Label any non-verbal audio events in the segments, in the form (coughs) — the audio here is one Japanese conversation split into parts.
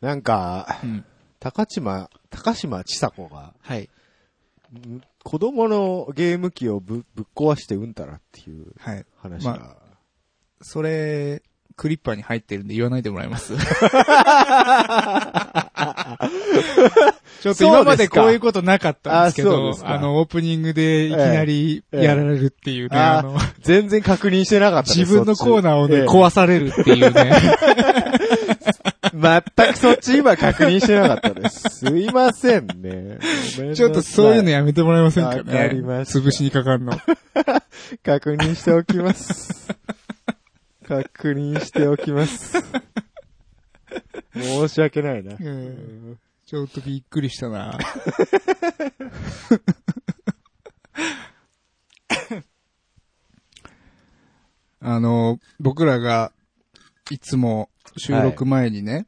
なんか、うん。高島、高島千佐子が、はい。子供のゲーム機をぶぶっ壊してうんたらっていうはい。話が、まそれ、クリッパーに入ってるんで言わないでもらえ (laughs) ますちょっと今までこういうことなかったんですけそうどで、すかああそうですかの、オープニングでいきなりええやられるっていうね、ええあの、全然確認してなかったです (laughs) 自分のコーナーをね、そっち壊されるっていうええね。全くそっち今確認してなかった (laughs) です。すいませんね。ごめんなさ (laughs) ちょっとそういうのいやめてもらえませんかわね。かりました潰しにかかんの。確認しておきます。確認しておき (laughs) ます。申し訳ないな。うんちょっとびっくりした (laughs) な。あの、僕らが、いつも収録前にね、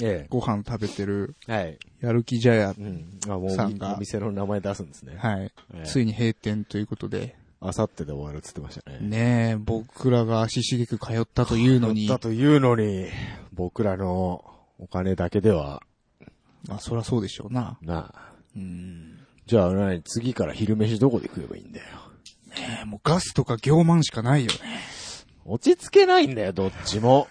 えご飯食べてる、え。はい。やる気じゃやう、ん。あ、もうさんがお店の名前出すんですね。はい、ええついに閉店ということで、あさってで終わるっつってましたね。ねえ、僕らが足しげく通ったというのにだ、というのに、僕らのお金だけでは、あ、そりゃそうでしょうな。なあ。うん。じゃあ何、次から昼飯どこで食えばいいんだよ。ねえ、もうガスとか行満しかないよね。落ち着けないんだよ、どっち (laughs) も。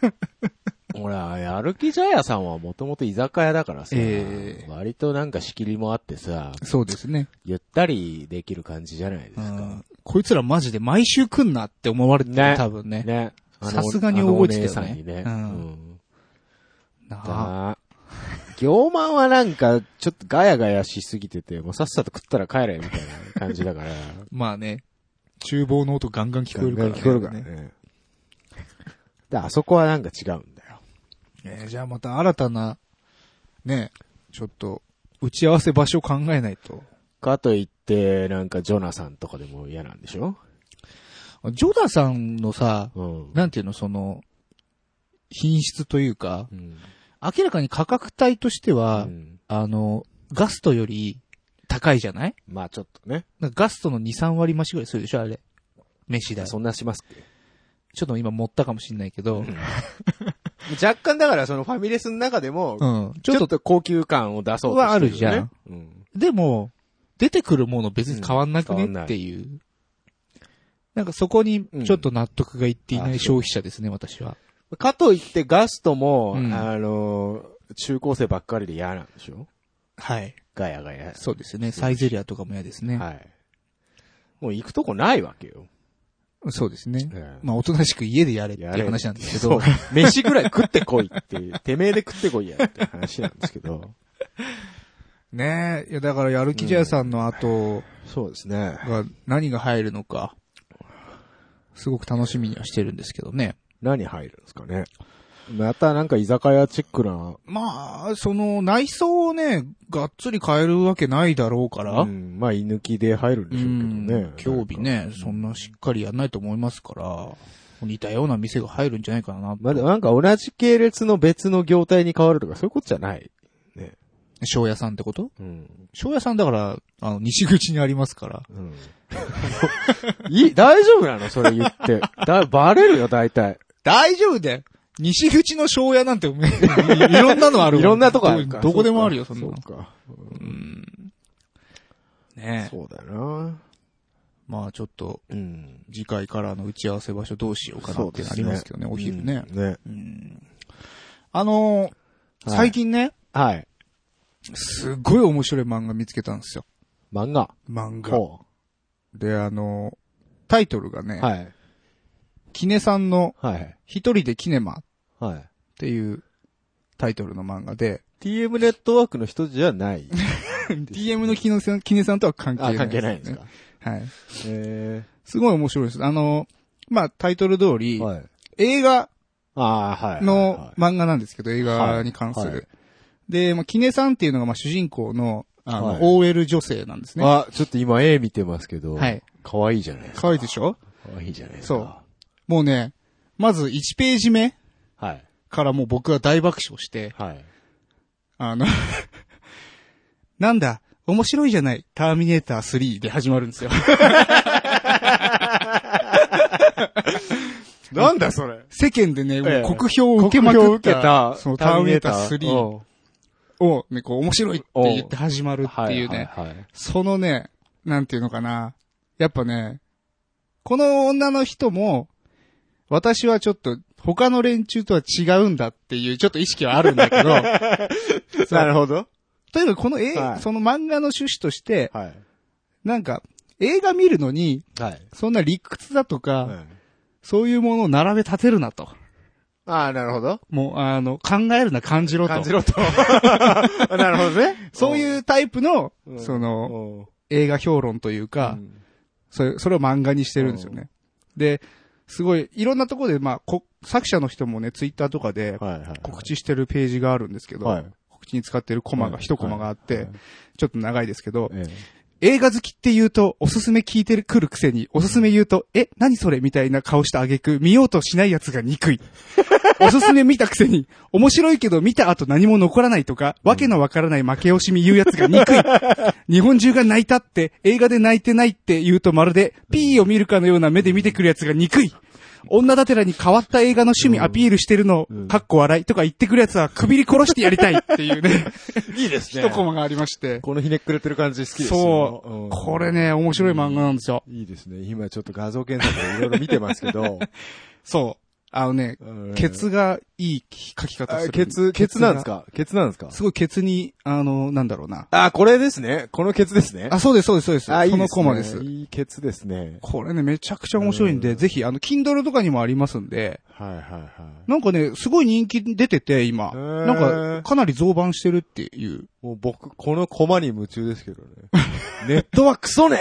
ほら、やる気じゃやさんはもともと居酒屋だからさ、ええ割となんか仕切りもあってさ、そうですね。ゆったりできる感じじゃないですうかん。こいつらマジで毎週来んなって思われてる、ね多分ね。ね。あのさすがにあ大声のおで姉したさよねんにね。うんうんなだあ行満はなんか、ちょっとガヤガヤしすぎてて、もうさっさと食ったら帰れ、みたいな感じだから。まあね、厨房の音ガンガン聞こえるからね。 (laughs) 聞こえるからね。で、あそこはなんか違うんだよ。えーじゃあまた新たな、ね、ちょっと、打ち合わせ場所を考えないと。かといって、なんかジョナサンとかでも嫌なんでしょジョダさんのさ、うん。なんていうの、その、品質というかう、ん。明らかに価格帯としては、うんあの、ガストより高いじゃないまあちょっとね。なんかガストの2、3割増しぐらいするでしょあれ。飯代。ちょそんなしますっけっと今持ったかもしんないけど。 (laughs) 若干だからそのファミレスの中でも、うん。ちちょっょとっと高級感を出そうとしてるよね。はあるじゃんうん。でも、出てくるもの別に変わんなくねうん変わんないっていう。なんかそこにちょっと納得がいっていなうんい消費者ですね、私は。かといってガストも、うんあのー、中高生ばっかりで嫌なんでしょはい。ガヤガヤ。そうですね。サイゼリアとかも嫌ですね。はい。もう行くとこないわけよ。そうですね。うんまあ、おとなしく家でやれっていう話なんですけそど。う飯ぐらい食ってこいっていう、てめえで食ってこいやって話なんですけ (laughs) ど。ねえ。いや、だからやる気じゃやさんの後そうですね。が何が入るのか、すごく楽しみにはしてるんですけどね。何入るんですかね。またなんか居酒屋チックな、まあ、その内装をね、がっつり変えるわけないだろうから。うん、まあ居抜きで入るんでしょうけどね。興味ね、そんな。なしっかりやんないと思いますから、似たような店が入るんじゃないかなと。まあ、でもなんか同じ系列の別の業態に変わるとかそういうことじゃない。庄屋さんってことうん。庄屋さんだから、あの、西口にありますから。うん。いい、大丈夫なのそれ言って。だ、バレるよ、大体。大丈夫だよ西口の庄屋なんて、おめえい (laughs) ろんなのあるわいろんなとこあるどかどこでもあるよ、そんなうのか。。そうかうん。ねえ。そうだよな。まあちょっと、うん。次回からの打ち合わせ場所どうしようかなってなりますけどね、お昼ね。うんね。うん。あのはーい最近ね、はい。すっごい面白い漫画見つけたんですよ。漫画。漫画。ほで、あの、タイトルがうね、はい。キネさんのはい。一人でキネマっはい。ていうタイトルの漫 (laughs) 画で、 TM ネットワークの人じゃない。 DM のキネさんキネさんとは関係ない、あ、関係ないんですか。はい。えすごい面白いです。あの、まあ、タイトル通えり、はい。映画ああ、はい。のはい漫画なんですけど、映画に関する。はいはいで、まあ、キネさんっていうのが、まあ、主人公の、あの、はい OL 女性なんですね。あ、ちょっと今絵見てますけど。はい。可愛いじゃないですか。可愛いでしょ可愛いじゃないですそかう。もうね、まず1ページ目はい。からもう僕は大爆笑して、はい。あの、 (laughs) なんだ、面白いじゃない、ターミネーター3で始まるんですよ。 (laughs) なんだそれ。世間でね、ええもう酷評を受けまくった。酷評を受けたそのターミネーター3うんをね、こう面白いって言って始まるっていうね。はいはいはいそのね、なんていうのかな。やっぱね、この女の人も、私はちょっと他の連中とは違うんだっていうちょっと意識はあるんだけ (laughs) ど、なるほど。例えばこの絵、はいその漫画の趣旨として、はい。なんか映画見るのに、はい。そんな理屈だとか、そういうものを並べ立てるなと。ああ、なるほど。もう、あの、考えるな、感じろと。感じろと。 (laughs) なるほどね。そういうタイプの、うんそうん、の、映画評論というか、うんそれ、それを漫画にしてるんですよね。で、すごい、いろんなところで、まあ、こ、作者の人もね、ツイッターとかではいはいはい。告知してるページがあるんですけど、はい。告知に使ってるコマが、はい一コマがあって、はいはいちょっと長いですけど、え映画好きって言うと、おすすめ聞いてくるくせに、おすすめ言うと、え、何それみたいな顔した挙句、見ようとしないやつが憎い。おすすめ見たくせに、面白いけど見た後何も残らないとか、わけのわからない負け惜しみ言うやつが憎い。日本中が泣いたって、映画で泣いてないって言うとまるで、P を見るかのような目で見てくるやつが憎い。女だてらに変わった映画の趣味アピールしてるのうん、かっこ笑いとか言ってくるやつは、くびり殺してやりたいってい (laughs) うね、えいいですね。一コマがありまして。このひねくれてる感じ好きですよそう、んこれね、面白い漫画なんですよ。いいですね。今ちょっと画像検索でいろいろ見てますけ (laughs) ど。そう。あのね、うんケツがいい書き方すある。ケツ、ケツなんですがかケツなんですかすごいケツに、あの、なんだろうな。あ、これですね。このケツですね。あ、そうです、そうです、そうです。あ、いいですこね。のコマです。いいケツですね。これね、めちゃくちゃ面白いんで、うんぜひ、あの、Kindle とかにもありますんで、はいはいはい。なんかね、すごい人気出てて、今。へーなんか、かなり増版してるっていう。もう僕、このコマに夢中ですけどね。 (laughs) ネットはクソね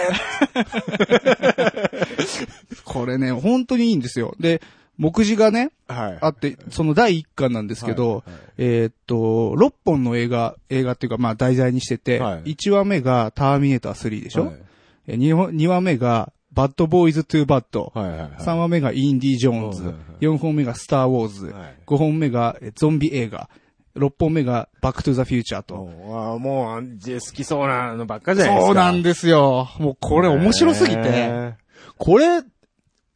これね、本当にいいんですよ。で、目次がね、はい。あって、その第1巻なんですけど、えーっと、6本の映画、映画っていうか、まあ題材にしてて、はい1話目がターミネーター3ででしょ、え 2, 話目がバッドボーイズ・トゥ・バッド。はいはいはい。 3話目がインディ・ジョーンはいズはいはい。 4本目がスター・ウォーズ。はい5本目がえゾンビ映画。6本目がバック・トゥ・ザ・フューチャーと。ああ、もう、アンジェ好きそうなのばっかじゃないですか。そうなんですよ。もうこれ面白すぎへて。ー。これ、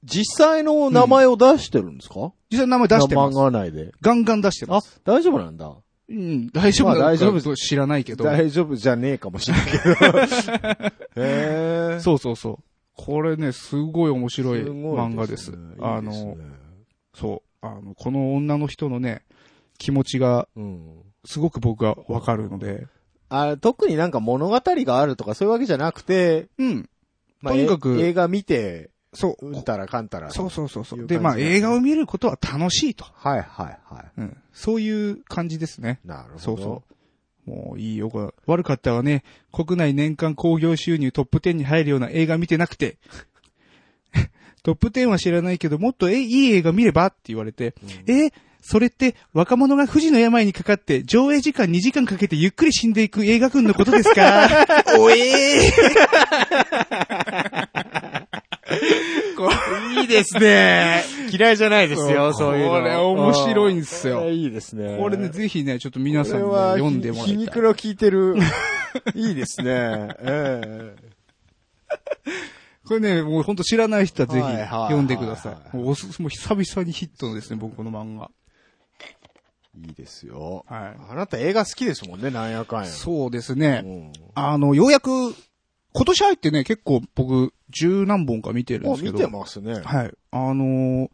実際の名前を出してるんですか、実際名前出してま漫す。画内で。ガンガン出してます。大丈夫なんだ。うん、大丈夫まあ大大丈丈夫夫知らないけど。大丈夫じゃねえかもしれないけど。 (laughs) へえ。そうそうそう。これね、すごい面白いすご漫画です。ねいいあでの、すねそう。あの、この女の人のね、気持ちがうん。すごく僕はわかるので。あ特になんか物語があるとかそういうわけじゃなくて、うん。まあ、とにかくえ映画見て、そうう。んたらかんたら。そうそうそうそ。いうう感じで、まあ映画を見ることは楽しいと。はいはいはうん。そういう感じですね。い。なるほど。そうそう。もういいよ。これ悪かったわね。国内年間興行収入トップ10に入るような映画見てなくて。 (laughs) トップ10は知らないけど、もっとえいい映画見ればって言われて、えーそれって若者が富士の病にかかって上映時間2時間かけてゆっくり死んでいく映画君のことですか (laughs) おえいいですね。嫌いじゃないですよ、そそうういうの。これ面白いんですよこれいいですね。 (laughs) ー、これね、ぜひね、ちょっと皆さんにこねれは読んでもらいたい。ひ皮肉の効いて (laughs) る。いいですね。ええこれね、もうほんと知らない人はぜひはいはいはい読んでください。はいもうおすもう久々にヒットのですね、僕この漫画。いいですよ。はいあなた映画好きですもんね、なんやかんや。そうですうね。んあの、ようやく、今年入ってね、結構僕、十何本か見てるんもうですけ見ど。てますね。はい。あのー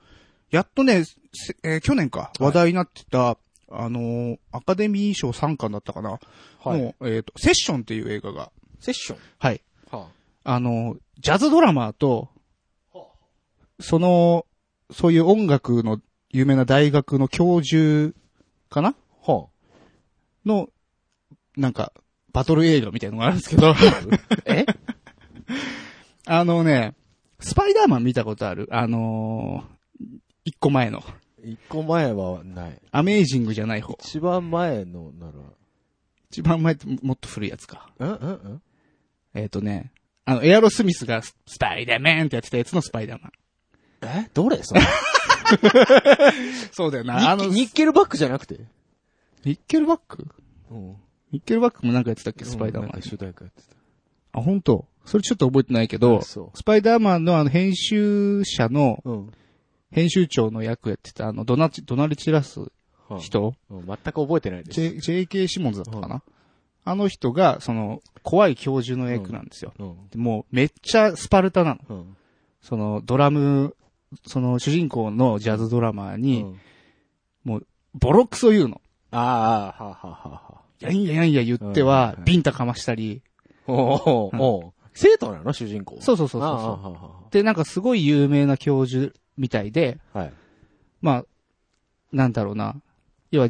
やっとね、せえー去年か、い話題になってた、あのーアカデミー賞3巻だったかな。はいの、えっ、と、セッションっていう映画が。セッション。はい。はあのージャズドラマーと、その、そういう音楽の有名な大学の教授かなあ、はの、なんか、バトル映画みたいなのがあるんですけど。え (laughs) あのね、スパイダーマン見たことあるあのー一個前の。一個前はない。アメージングじゃない方。一番前のな一番前ってもっと古いやつか。ら、んんんえっ、とね、あの、エアロスミスがススパイダーマンってやってたやつのスパイダーマン。えどれそれそうだよ (laughs) な。あニの、ッケニッケルバックじゃなくてニッケルバックうん。ニッケルバックもなんかやってたっけスパイダーマなんか。ン主題歌やってた。あ、本当それちょっと覚えてないけど、あそうスパイダーマンのあの編集者の、うん。編集長の役やってた、あの、ドナチ、ドナルチラスはあ人、うん全く覚えてないです。 J- ?JK シモンズだったかな、あの人が、その、怖い教授の役なんですよ。うん。でもう、めっちゃスパルタなの。うん。その、ドラム、その、主人公のジャズドラマーうに、んボロクソ言うの。ああ、ああはあはあはあ。いやいやいやいや言ってうんははい、ビンタかましたり。おおお生徒なの主人公そううそうそうそうそう。そで、なんかすごい有名な教授みたいで、う。はい。まあ、なんだろうな。要は、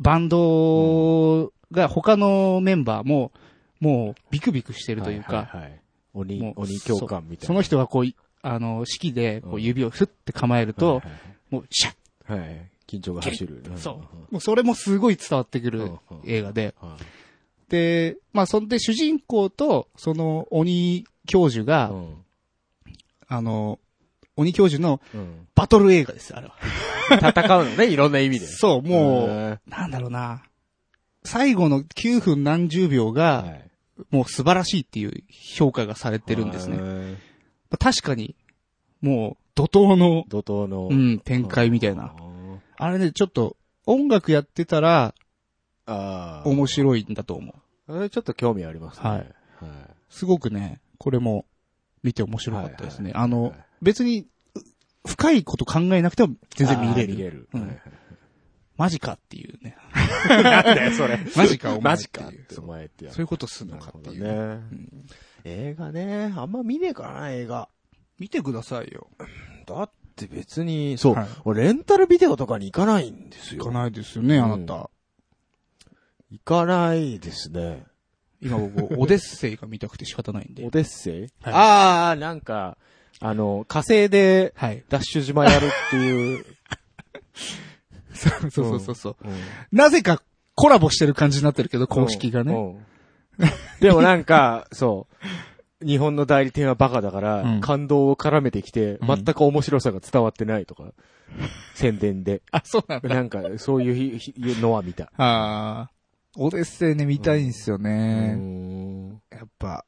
バンドが他のメンバーも、もうビクビクしてるというはか、はいはい。鬼も、う鬼教官みたいな。その人がこう、いあの、式でこううん指をふって構えるはとい、はいはいもうシャッはいはい。緊張が走る。そんもうそれもすごい伝わってくうるんうん映画で。はいで、まあそんで主人公と、その鬼教授が、うんあの、鬼教授のうんバトル映画です、あれは。戦うのね、いろんな意味 (laughs) で。そう、もう、へなんだろうな。最後の9分何十秒ーが、はいもう素晴らしいっていう評価がされてるんですへね。ー確かに、もう、怒涛の、怒涛の。うん、展開みたいな。。あれね、ちょっと、音楽やってたら、ああ。面白いんだと思う。あれちょっと興味ありますね。はいはい。すごくね、これも、見て面白かったですね。はいあの、別に、う深いこと考えなくても全然見れあー見る。れる。うはんい (laughs) はいマジかっていうね。なんだよ、それ。 (laughs) マジか、お前。マジかってそうお前ってやつそういうことすんのかっていう。なるほどね。映画ね、あんま見ねえからな、映画。見てくださいよ。だって別に、そう、はい俺レンタルビデオとかに行かないんですよ。行かないですよね、あなた。行かないですね。今僕、オデッセイが見たくて仕方ないん (laughs) オで。デッセイ、はいああ、なんか、あの、火星ではい。 (laughs) ダッシュ島やるって (laughs) いう。そうそうそうそう。うんなぜかコラボしてる感じになってるけど、公式がね。うん。うんでもなんか、そう。日本の代理店はバカだから、うん感動を絡めてきて、う全んく面白さが伝わってないと (laughs) か、宣伝で。 (laughs) あ、そうなんだ。なんか、そういうひひのは見た。あーオデッセイね、見たいんすようね。んやっぱ、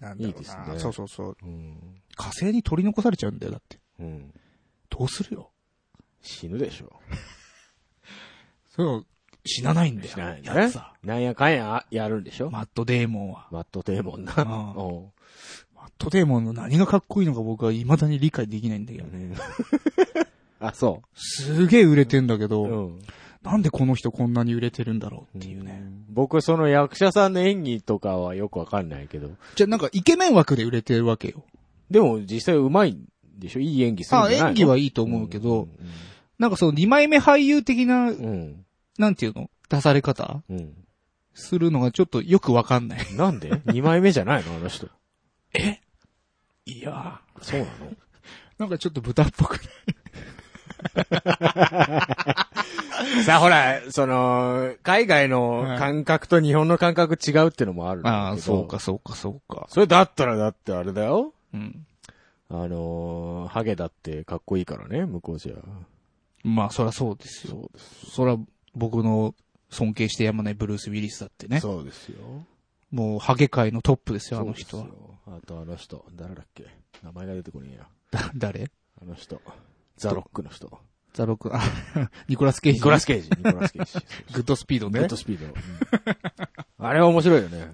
なんだろうな。いいですねそうそうそう。うん火星に取り残されちゃうんだよ、だって。うん。どうするよ。死ぬでしょ。そう、死なないんだよ。死なないやねつは。。なんやかんや、やるんでしょマットデーモンは。マットデーモンな。うんおマットデーモンの何がかっこいいのか僕は未だに理解できないんだけうどね。あ、そすげえ売れてんだけう。ど、うん。なんでこの人こんなに売れてるんだろうっていうね。ん。僕、その役者さんの演技とかはよくわかんないけど。じゃあなんかイケメン枠で売れてるわけよ。でも、実際上手いんでしょいい演技するんあじゃないの演技いはいいとと思うけど、。なんかその二枚目俳優的な、うん。うんなんていうの出され方うん。するのがちょっとよくわかんない。なんで ?2 枚目じゃないのあの人。えいやそうなのなんかちょっと豚っぽく。さあほら、その、海外の感覚と日本の感覚違うってのもあるんだけどああ、そうか、。そうか、そうか。それだったらだってあれだよ。うん。あのーハゲだってかっこいいからね、向こうじゃ。まあ、そらそうですよ。そうです。そら、僕の尊敬してやまないブルース・ウィリスだってね。そうですよ。もう、ハゲ界のトップですよ、あの人は。あとあの人、誰だっけ名前が出てこねえや。だ誰あの人。ザ・ロックの人。ザロク、あ、ニコラス・ケイジ。ニコラス・ケイジ。ニコラス・ (laughs) ケイジ。そうそうグッドスピードグッねド。スピード。うんあれは面白いよね。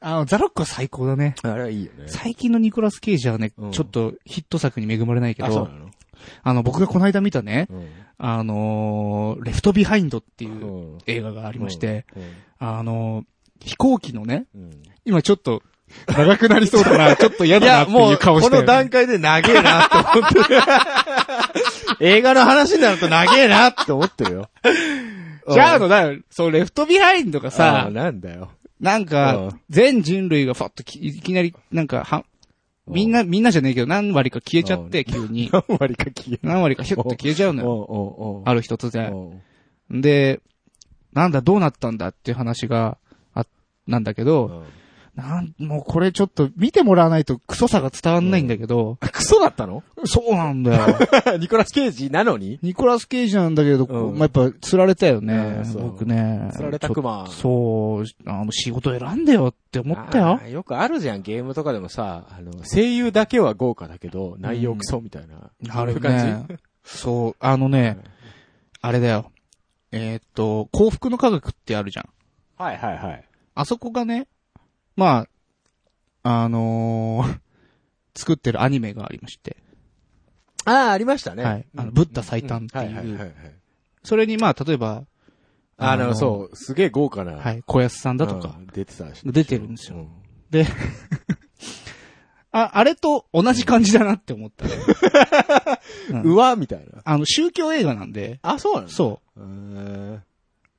あの、ザロックは最高だね。あれはいいよね最近のニコラス・ケイジはね、うんちょっとヒット作に恵まれないけあ、そうどな、のあの、僕がこの間見たね、うん。あのーレフトビハインドっていううん映画がありまして、うんあのー飛行機のね、うん今ちょっと、長くなりそうだ (laughs) な、ちょっと嫌いだなや、っても、いうう顔しこて、の段階で長えなって思ってる。映画の話になると長えなって思ってるよ。じゃああの、だよ、そう、レフトビハインドがささあ、、なんだよ。なんうかん、全人類がファッときいきなり、なんか、は、みんな、みんなじゃねえけど、何割か消えちゃって、急に。何割か消え何割かヒュッと消えちゃうのよ。おうおうおうある日突然。おうで、なんだ、どうなったんだっていう話が、あ、なんだけうど、んなん、もうこれちょっと見てもらわないとクソさが伝わんないんだけど、クソだったのそうなんだよ。 (laughs) ニコラス・ケイジなのにニコラス・ケイジなんだけど、うんまあ、やっぱ、釣られたよねうん。そう僕ね。釣られたちょクマ。そう、あの、仕事選んでよって思ったよあ。ーよくあるじゃん、ゲームとかでもさ、あの、声優だけは豪華だけど、内容クソみたいな。あるそういうね感。そう、あのね、あれだよ。えーっと、幸福の科学ってあるじゃん。はいはいはい。あそこがね、まあ、あのー (laughs) 作ってるアニメがありまして、ああ、ありましたね。はい。あの、ブッダ最短って、はいはいはいいうはい。それにまあ、例えば、あの、う。そう、すげえ豪華な。はい、小安さんだとかう、ん。出てたし。出てるんですようん。あ、あれと同じ感じだなって思った。うんうわ、みたいな。あの、宗教映画なんで、あ、そうなの。そうーんう。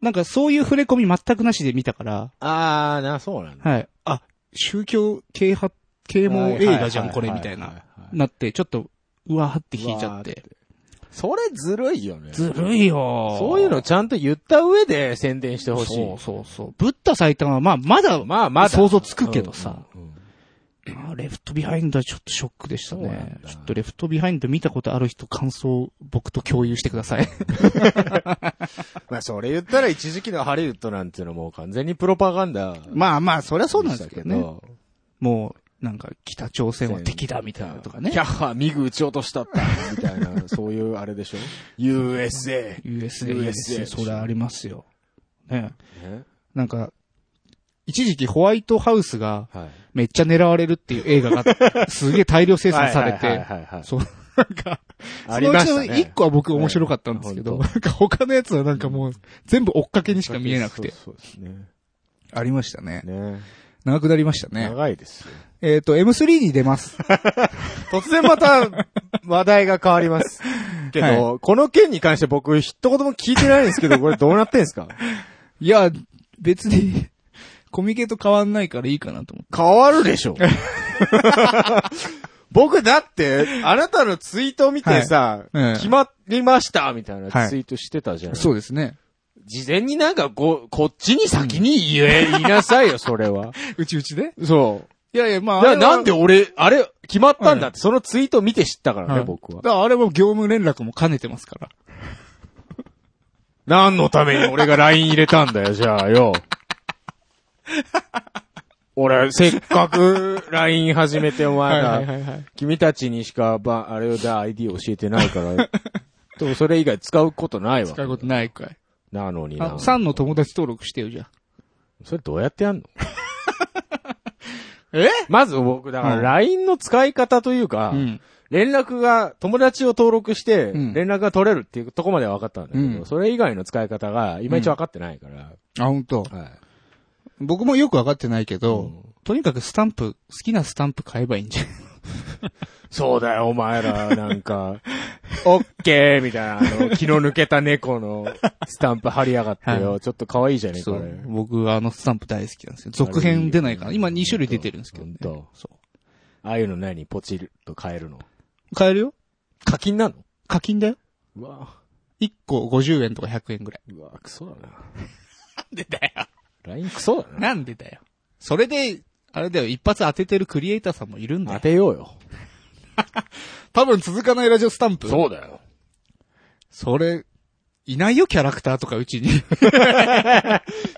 なんかそういう触れ込み全くなしで見たから、あー、な、そうなんだ。はい。あ、宗教啓発、啓蒙映画じゃん、これ、みたいはな。はは。なって、ちょっと、うわーって引いちゃって。それずるいよね。ずるいよーそういうのちゃんと言った上で宣伝してほしい。そうそうそう。ブッダ最短は、まあ、まだ、まあまだ。想像つくけどさうんうんうん。まあレフトビハインドはちょっとショックでしたそうなんね。だちょっとレフトビハインド見たことある人、感想、僕と共有してください。まあそれ言ったら一時期のハリウッドなんていうのもう完全にプロパガンダ。 (laughs) まあまあ、そりゃそうなんですだけどね。。もう、なんか、北朝鮮は敵だ、みたいなとかねキャ。ッハー、ミグ撃ち落としたった、みたい (laughs) な、そういうあれでしょ ?USA。 USA、 USA USA、そりゃありますよ。ね。ねなんか、一時期ホワイトハウスがはい。めっちゃ狙われるっていう映画がすげえ大量生産さはいれはいて、はいはいはい。そう、なんか、あそりのうまちしたのね一個は僕面白かったんですけど、なんか他のやつはなんかもう全部追っかけにしか見えなくて。そうそうですね。ありましたね。ね長くなりましたね。長いですよ。えっ、と、M3 に出ます。突然また、話題が変わり (laughs) ます。けど、この件に関して僕、一言も聞いてないんですけど、これどうなってんすかいや、別に、コミケと変わんないからいいかなと思って。 (laughs) 変わるでしょ。 (laughs) 僕だって、あなたのツイートを見てさ、はいええ決まりましたみたいなツイートしてたじゃない、そうですね。事前になんかこ、こっちに先に言え、言いなさいよ、それは。うちうちで (laughs) そう。いやいや、まああれなは。なんで俺、あれ、決まったんだはって、そのツイート見て知ったからね、はい僕はだ。からあれも業務連絡も兼ねてますから。何のために俺が LINE 入れたんだよ、じゃあよ。俺、せっかく LINE 始めてお前ら、いはい。君たちにしかば、あれだ、ID 教えてないから、でもそれ以外使うことないわ使。うことないかい。なのにあ、な。 3の友達登録してよ、じゃあ。それどうやってやんの (laughs) えまず僕、だからうん LINE の使い方というか、うん。連絡が、友達を登録して、うん連絡が取れるっていうとこまでは分かったんだけど、うんそれ以外の使い方が、いまいち分かってないから、あ、本当。はい。僕もよくわかってないけど、うんとにかくスタンプ、好きなスタンプ買えばいいんじゃん。そうだよ、お前ら、なんか、 (laughs) オッケーみたいな、あの、気の抜けた猫のスタンプ貼りやがってよ。ちょっと可愛いじゃねえか、そこれう。。僕、あのスタンプ大好きなんですよ。続編出ないかな。今2種類出てるんですけどね。ほんとそああいうの何ポチると買えるの。う。買えるよ課金なの課金だよ。うわ1個50円とか100円ぐらい。うわクソだな。なんでだよ。 LINE クソだな。なんでだよ。それで、あれだよ、一発当ててるクリエイターさんもいるんだ当てよ。ようよ。多分続かないラジオスタンプそうだよ。それ、いないよ、キャラクターとかうち (laughs) に。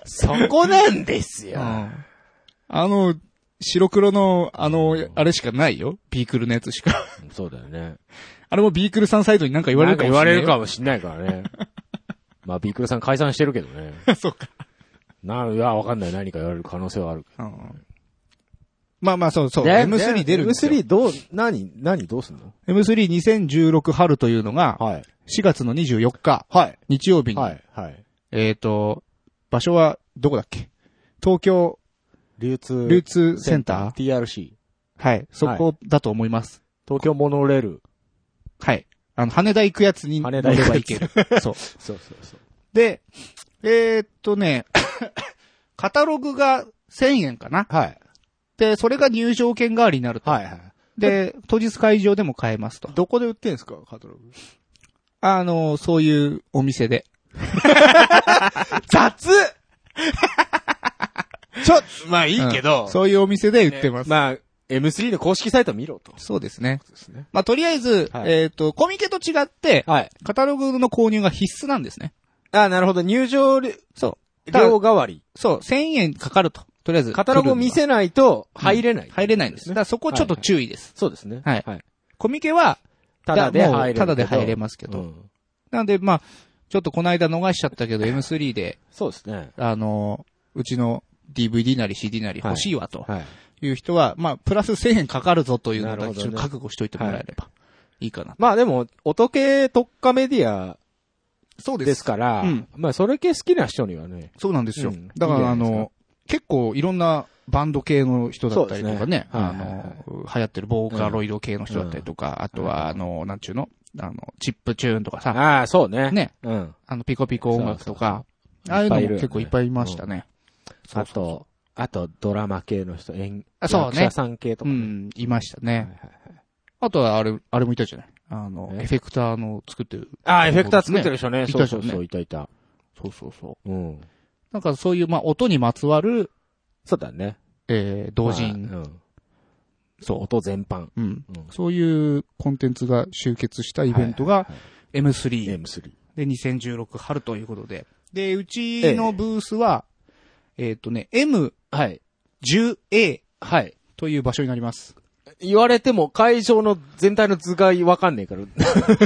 そこなんですよ。あの、白黒の、あの、あれしかないよ。ビークルのやつしか。 (laughs) そうだよね。あれもビークルさんサイドになんか言われるかも言しれなわい。れるか。もしんないからね。まあ、ビークルさん解散してるけどね。 (laughs) そうか。なる、いや、わかんない。何か言われる可能性はある。うん。まあまあ、そうそう。M3 出るんですよ。 M3 どう、何、何どうすんの M32016 春というのが、はい。 4月の24日、はい。日曜日に、はい。はい。えっと、場所は、どこだっけ東京流通。流通センター ?TRC。はい。そこだと思います。東京モノレール。はい。あの、羽田行くやつに乗れ羽田行くばやいつける。 (laughs) そそうう。そうそう。で、えーっとね、 (coughs) カタログが1000円かな。はい。で、それが入場券代わりになると。はいはい。で、当日会場でも買えますと。どこで売ってんすかカトログ。あの、そういうお店で。雑ちょ、まあいいけど、うんそういうお店で売ってます。まあ、M3 の公式サイト見ろと。そうですね。ですね。まあ、とりあえず、はいえっ、と、コミケと違って、はい。カタログの購入が必須なんですね。あなるほど。入場料そ料代わり。う。そう、1000円かかると。とりあえず。カタログを見せないと入れない。入れないんです。だからそこちょっと注意です。そうですね。はいはい。コミケは、ただで入れるけど。ただで入れますけど。うんなんで、まあ、ちょっとこの間逃しちゃったけど、M3 で、そうですね。あの、うちの DVD なり CD なり欲しいわとはい。いう人は、まあ、プラス1000円かかるぞというのなるをほどちねょっと覚悟しといてもらえればいいかな。まあでも、音系特化メディアそうです。から、うんまあそれ系好きな人にはね、そうなんですよ。うんだから、いいんじゃないであすかの、結構いろんなバンド系の人だったりとそかうでね、すねあはいはいはいの、流行ってるボーカロイド系の人だったりとか、あとは、あの、なんちゅうのあの、チップチューンとかさ、ああ、そうね。ね、うん。あの、ピコピコ音楽とか、そうそうああいうのいっぱいいもるよね結構いっぱいいましたね。そうあそうと、あとドラマ系の人、演あそうね役者さん系とうか。ん、いましたはいねは。いあとは、あれ、あれもいたじゃないあの、えエフェクターの作ってる。ああ、エフェクター作ってる人ね。いそたう人そねうそう、いたいた。そうそうそう。うん。なんかそういう、まあ、音にまつわる、そうだね。えー、同人、まあうんそ音全般。う。うん。うんそういうコンテンツが集結したイベントはがいはいはい M3 M3。で2016春ということで。で、うちのブースは、えっとね、はい。 M10A はい。という場所になり (laughs) ます。言われても会場の全体の図がわかんねえから。 (laughs) は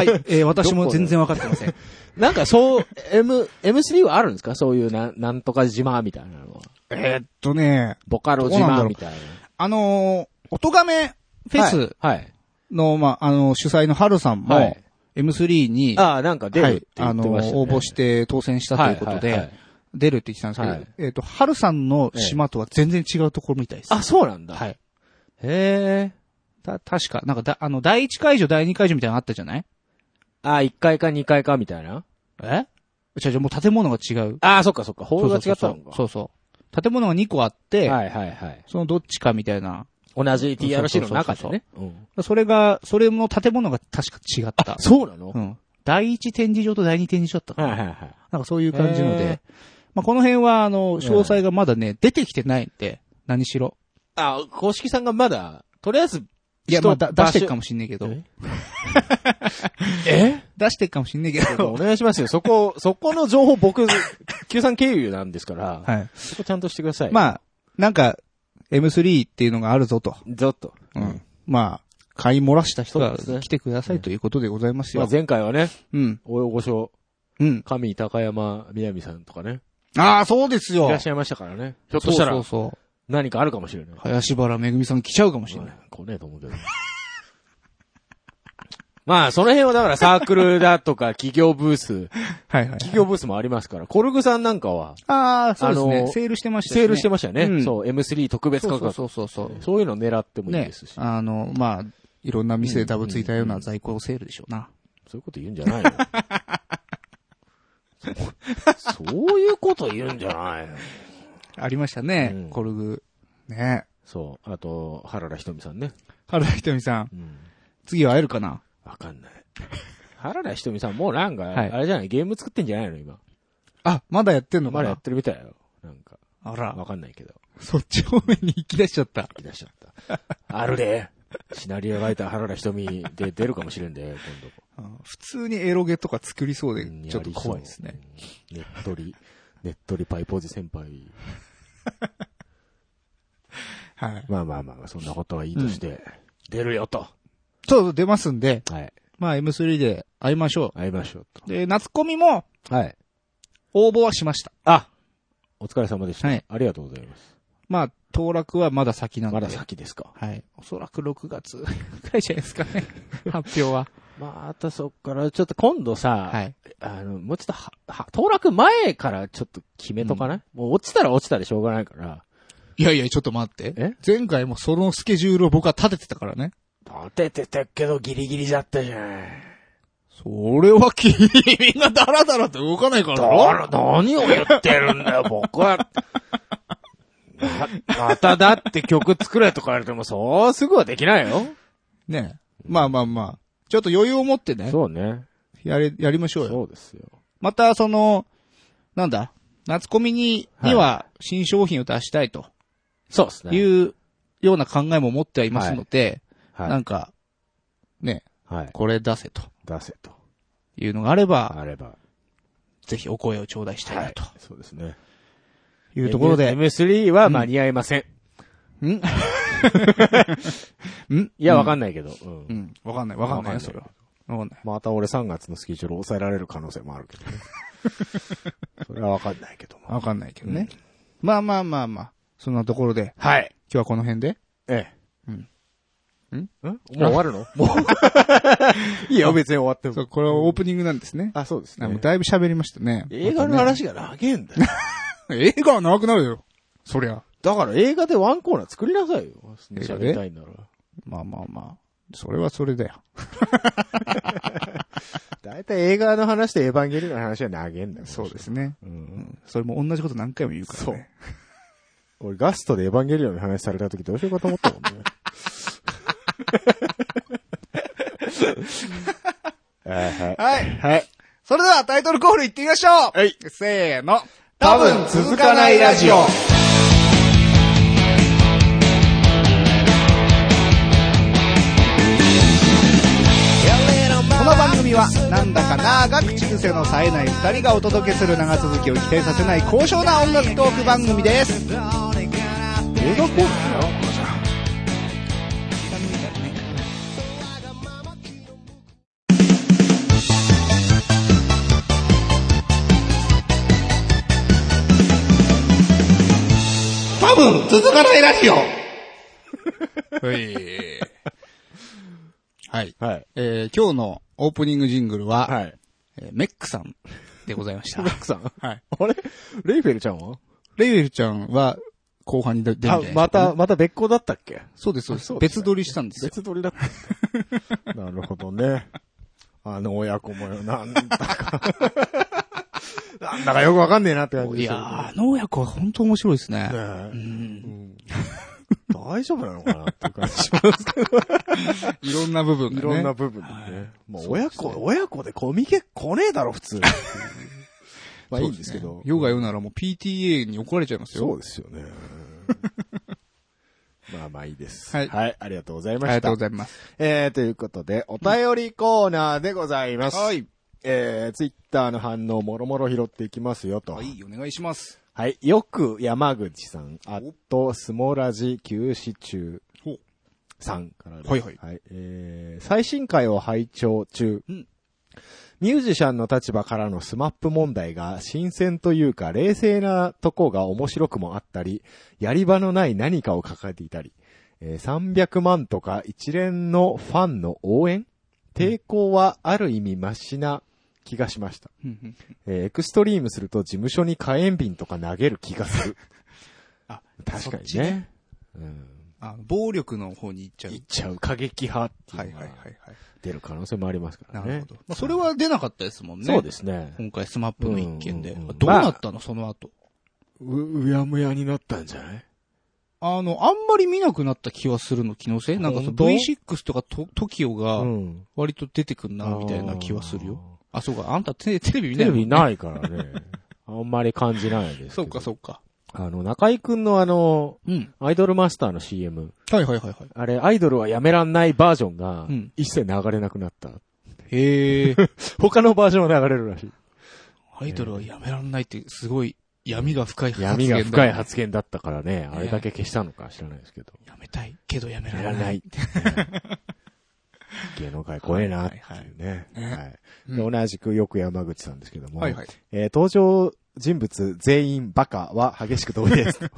い。えー、私も全然わかってません。なんかそう、M、M3 はあるんですかそういうな、なんとか島みたいなのは。 (laughs) えーっとね、ボカロどうなんだ島ろうみたいな。あのー、音亀フェスはい。はい。の、まあ、あの、主催の春さんも、はい M3 に、ああ、なんか出るって言あっての、ましたね。応募して当選したというこはとははでい、出るって言ってたんですけど、はいえっ、と、春さんの島とは全然違うところみたいです。あ、そうなんだ。はい。へえ。た、確か、なんかだ、あの、第一会場、第二会場みたいなのあったじゃないあ、1階か2階かみたいな。え違う違う、もう建物が違う。あ、そっかそっか。ホールがそう違そったうそうのか。そうそう。建物が2個あって、はいはいはい。そのどっちかみたいな。同じ TRC の中でね。うんそれが、それの建物が確か違った。そうなのうん。第一展示場と第二展示場だったかはいな。はいはい。なんかそういう感じのへでー。まあ、この辺は、あの、ん詳細がまだね、出てきてないんで、何しろ。あ、公式さんがまだ、とりあえず、いや、人まあ、だ出してるか場所もしんねえけど。 (laughs) (laughs) え出してるかもしんねえけ (laughs) ちょっとお願いしますよ。そこ、そこの情報僕、Q (laughs) さん経由なんですから、はい。そこちゃんとしてください。あ、まあ、なんか、M3 っていうのがあるぞと。ずっと。うん。まあ、買い漏らした人そうがですね来てくださいということでございますまあよ。前回はね、うん。大御所、うん。神高山みなみさんとかね、ああ、そうですいよらっしゃいましたからね。ひょっとしたそうら、そうそう。何かあるかもしれない。林原めぐみさん来ちゃうかもしれない。来ねえと思うけど。 (laughs) まあ、その辺はだからサークルだとか企業ブース、はいはい。企業ブースもありますから、コルグさんなんかは、ああ、そうですあね。のセールしてましたセールしてまましたよね。うんそう、M3 特別価格。そうそうそうそうそういうの狙ってもいいねですし。。あの、まあ、いろんな店でダブついたような在庫セールでしょうな。そういうこと言うんじゃ (laughs) ないよ。そそういうこと言うんじゃないよ。ありましたうんね。コルグ。ねそう。あと、原田ひとみさんね。原田ひとみさん、うん。次は会えるかなわかんない。原田ひとみさんもうなんか、はいあれじゃない、ゲーム作ってんじゃないの今。あ、まだやってんのまかだやなってるみたいよ。なんか、あら。わかんないけど。そっち方面に行き出しちゃった。いらっしゃった。あるで。シナリオ描いた原田ひとみで出るかもしれんで、今度。普通にエロゲとか作りそうでうん、ちょっと怖いですね。。やりそううんねっとり、ねっとりパイポーズ先輩。はい。まあまあまあまあ、そんなことはいいとして、出るよと。そうそう、出ますんで、はい。まあ M3 で会いましょ会いましょうう。で、夏コミもと。はい。応募はしました。あお疲れ様でした。はいありがとうございます。まあ、当落はまだ先なのまで。だ先ですか。はい。おそらく6月ぐらいじゃないですか (laughs) ね。発表は。まあ、あとそっから、ちょっと今度さ、はい。あの、もうちょっとは、は、当落前からちょっと決めとかない、もう落ちたら落ちたでしょうがないから。いやいや、ちょっと待って。え前回もそのスケジュールを僕は立ててたからね。立ててたけどギリギリだったじゃん。それは君がダラダラと動かないからだろだ何を言ってるんだよ、僕 (laughs) は。ままただって曲作れとか言われても、そうすぐはできないよ。ねえまあまあまあ。ちょっと余裕を持ってね。そうね。やれ、やりましょうよ。そうですよ。また、その、なんだ、夏コミに、はいには新商品を出したいとそうですね。いうような考えも持ってはいますので、なはんか、ね、い。はい。これ出せと出せと。いうのがあれば、あれば。ぜひお声を頂戴したいなとそうですね。いうところで、 M3 は間に合いません。んん (laughs) いや、わんかんないけど。うんうん、わかんない、わかんわかんないないよ、それは。わかんない。また俺3月のスキーチュール抑えられる可能性もあるけ (laughs) どね。それはわかんないけども。わかんないけどね。まあまあまあまあ、そんなところで、はい。今日はこの辺で。ええ。うんんもう終 (laughs) わるのもう。いや、別に終わってそも。う、これはオープニングなんですね。あ、そうですあねもう。だいぶ喋りましたね。映画のま話が長えんだ (laughs) よ。たね。映画は長くなるよ。そりゃ。だから映画でワンコーナー作りなさいよ。映画で喋りたい (laughs) んなら。まあまあまあ。それはそれだよ。だいたい映画の話とエヴァンゲリオンの話は長えんだよ。そうですね。うん。それも同じこと何回も言うからね。俺ガストでエヴァンゲリオンの話された時どうしようかと思ったも (laughs) んね。はいはい。はい。はい。それではタイトルコールいってみましょうはい。せーの。多分続かないラジオ。この番組は、なんだかなーが口癖の冴えない二人がお届けする長続きを期待させない高尚な音楽トーク番組です。映画コール多分続かないラジオ (laughs) はい。はい。えー今日のオープニングジングルは、はい。えーメックさんでございましたロ。ックさんはい。あれレイフェルちゃんは (laughs) レイウェルちゃんは後半に出出るんあじゃないですか、、また、。また別行だったっけそうです、そうですそうですね別撮りしたんですよ。別撮りだった。 (laughs) なるほどね。あの親子もよ、なんだか。 (laughs) なんだかよくわかんねえなって感じいですやー、よねあの親子は本当面白いですね。う。ねえうんん大丈夫なのかなっていう感じしますけど。いろんな部分がね。いろんな部分でね。もう親子、親子でコミケ来ねえだろ、普 (laughs) 通。まあいいんですけそうどね。ヨガ言うならもう PTA に怒られちゃいますよ。そうですよね。 (laughs) まあまあいいです。はいはい、ありがとうございまありしがとうたご。ざいます。えー、ということで、お便りコーナーでございます。はい。えー、ツイッターの反応もろもろ拾っていきますよと。ははい。い、お願いします。よく山口さん、あと、スモラジ休止中ほうさんからです。はいはいえー、最新回を拝聴中。うんミュージシャンの立場からのスマップ問題が新鮮というか冷静なとこが面白くもあったり、やり場のない何かを抱えていたり、えー300万とか一連のファンの応援抵抗はある意味マシな気がしました。うんうんえーエクストリームすると事務所に火炎瓶とか投げる気がす (laughs) る。あ、確かそっにちねね。うん。あの暴力の方に行っちゃういっ。ちゃう過激派ってはいいうのはいはいがはい。出る可能性もありますからなね。るほど。まあ、それは出なかったですもんね。そうですね。今回スマップの一件で。うんうんうんあどうなったのその後。う、うやむやになったんじゃないあの、あんまり見なくなった気はするの気のせいなんかそ本の当 V6 とかと TOKIO うがん。割と出てくんな、みたいな気はするよ。。あそうか。あんたテテレビ見なテいレもんビねないからね。 (laughs) あんまり感じないですけど。そうかそうか。あの、中井くんのあの、うん。アイドルマスターの CM。はいはいはいはい。あれ、アイドルはやめらんないバージョンがうん、一切流れなくなった。へえ。他のバージョンは流れるらしい。アイドルはやめらんないってすごい闇が深い発言だ、闇が深い発発言だったからね、あれだけ消したのか知らないですけど。やめたいけどやめらやれならい。ない。 (laughs) 芸能界怖えなっていうね。はいはいはいはい。うんで同じくよく山口さんですけども、はいはい。えー登場人物全員バカは激しく同意です。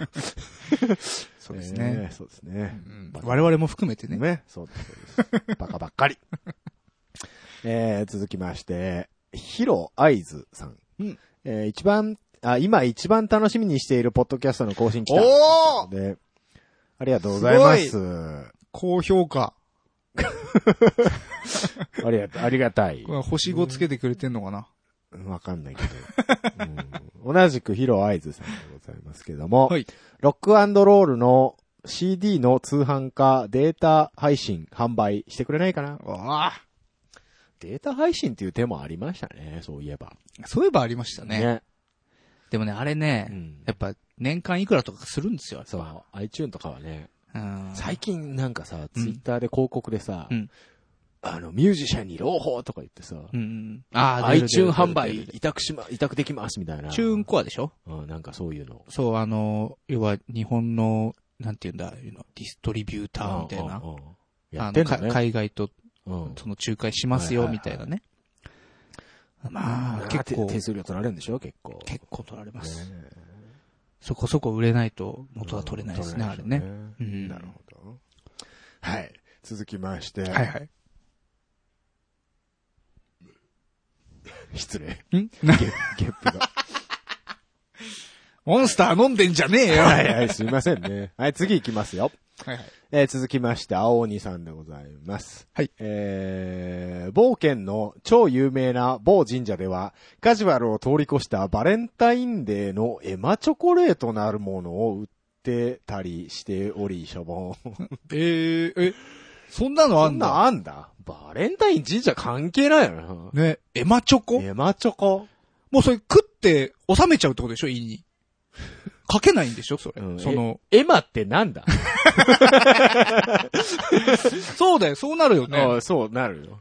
そそうです (laughs) ね。。そうですね。うん我々も含めてね。ね。そうです、そうです。バカばっ (laughs) かり。えー、続きまして、ヒロアイズさん。うんえー一番、あ、今一番楽しみにしているポッドキャストの更新来た。おーで、ありがとうございます。高評価。ありがと、ありがたいこ。れは星5つけてくれてんのかなわかんないけど。うん同じくヒロアイズさんでございますけども、はいロックロールの CD の通販化、データ配信、販売してくれないかなわあ。データ配信っていう手もありましたね、そういえば。そういえばありましたね。ね。でもね、あれうね、んやっぱ年間いくらとかするんですよ。そう、iTune とかはね、うん。最近なんかさ、うんツイッターで広告でさ、うんあの、ミュージシャンに朗報とか言ってさ、うんうん。ああ、出る出 iTune る販売出る出る委託しま、委託できますみたいな。チューンコアでしょうん、なんかそういうの。そう、あの、要は日本の、なんていうんだ、いうのディストリビューターみたいなうん。うんうんやあってんの、だかね。海外とうん。その仲介しますはよ、いはいみはいたいなね。まあ、結結構。構、手数料取られるんでしょ結構。結構取られます。ねそこそこ売れないと元は取れないですね、うんあれね。う取れん。ないでしょうねなるほど。はい。続きまして。はいはい。失礼。んなゲゲッ (laughs) プが。モンスター飲んでんじゃねえよはいはい、すいませんね。はい、次行きますよ。はいはい。えー続きまして、青鬼さんでございます。はい。えー、冒険の超有名な某神社では、カジュアルを通り越したバレンタインデーのエマチョコレートなるものを売ってたりしており、しょぼん。えー、え、そんなのあそんんだなあんだバレンタイン神社関係ないよね、エマチョコな。エマチョコ。もうそれ食って収めちゃうってことでしょ (laughs) 胃に。かけないんでしょそれ。うんその、エマってなんだ、そうだよ、そうなるよ (laughs) ね。あそうなるよ。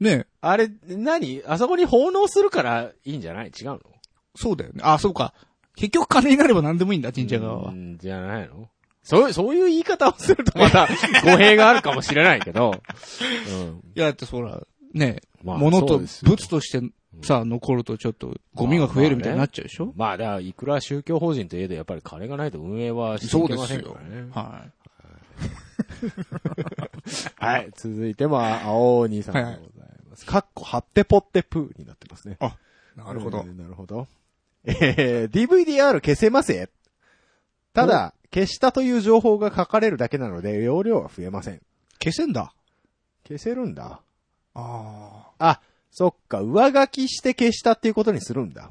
ねあれ、何あそこに奉納するからいいんじゃない違うのそうだよね。あ、そうか。結局金になれば何でもいいんだ、神社側はう。ん、じゃないのそういう、そういう言い方をするとま (laughs) た語弊があるかもしれないけど。うん。いや、だってそら、ね、ま物そとうですよ物としてさ、残るとちょっとゴミが増えるみたいになっちゃうでしょまあ、だからいくら宗教法人といえどやっぱり金がないと運営はしていけませんからね。はい。はい。続いては、青鬼さんでございます。かっこ、はってぽってぷーになってますね。なるほどえ。ーなるほど。えー、DVDR 消せますただ、消したという情報が書かれるだけなので、容量は増えません。消せんだ。消せるんだ。ああ。あ、そっか、上書きして消したっていうことにするんだ。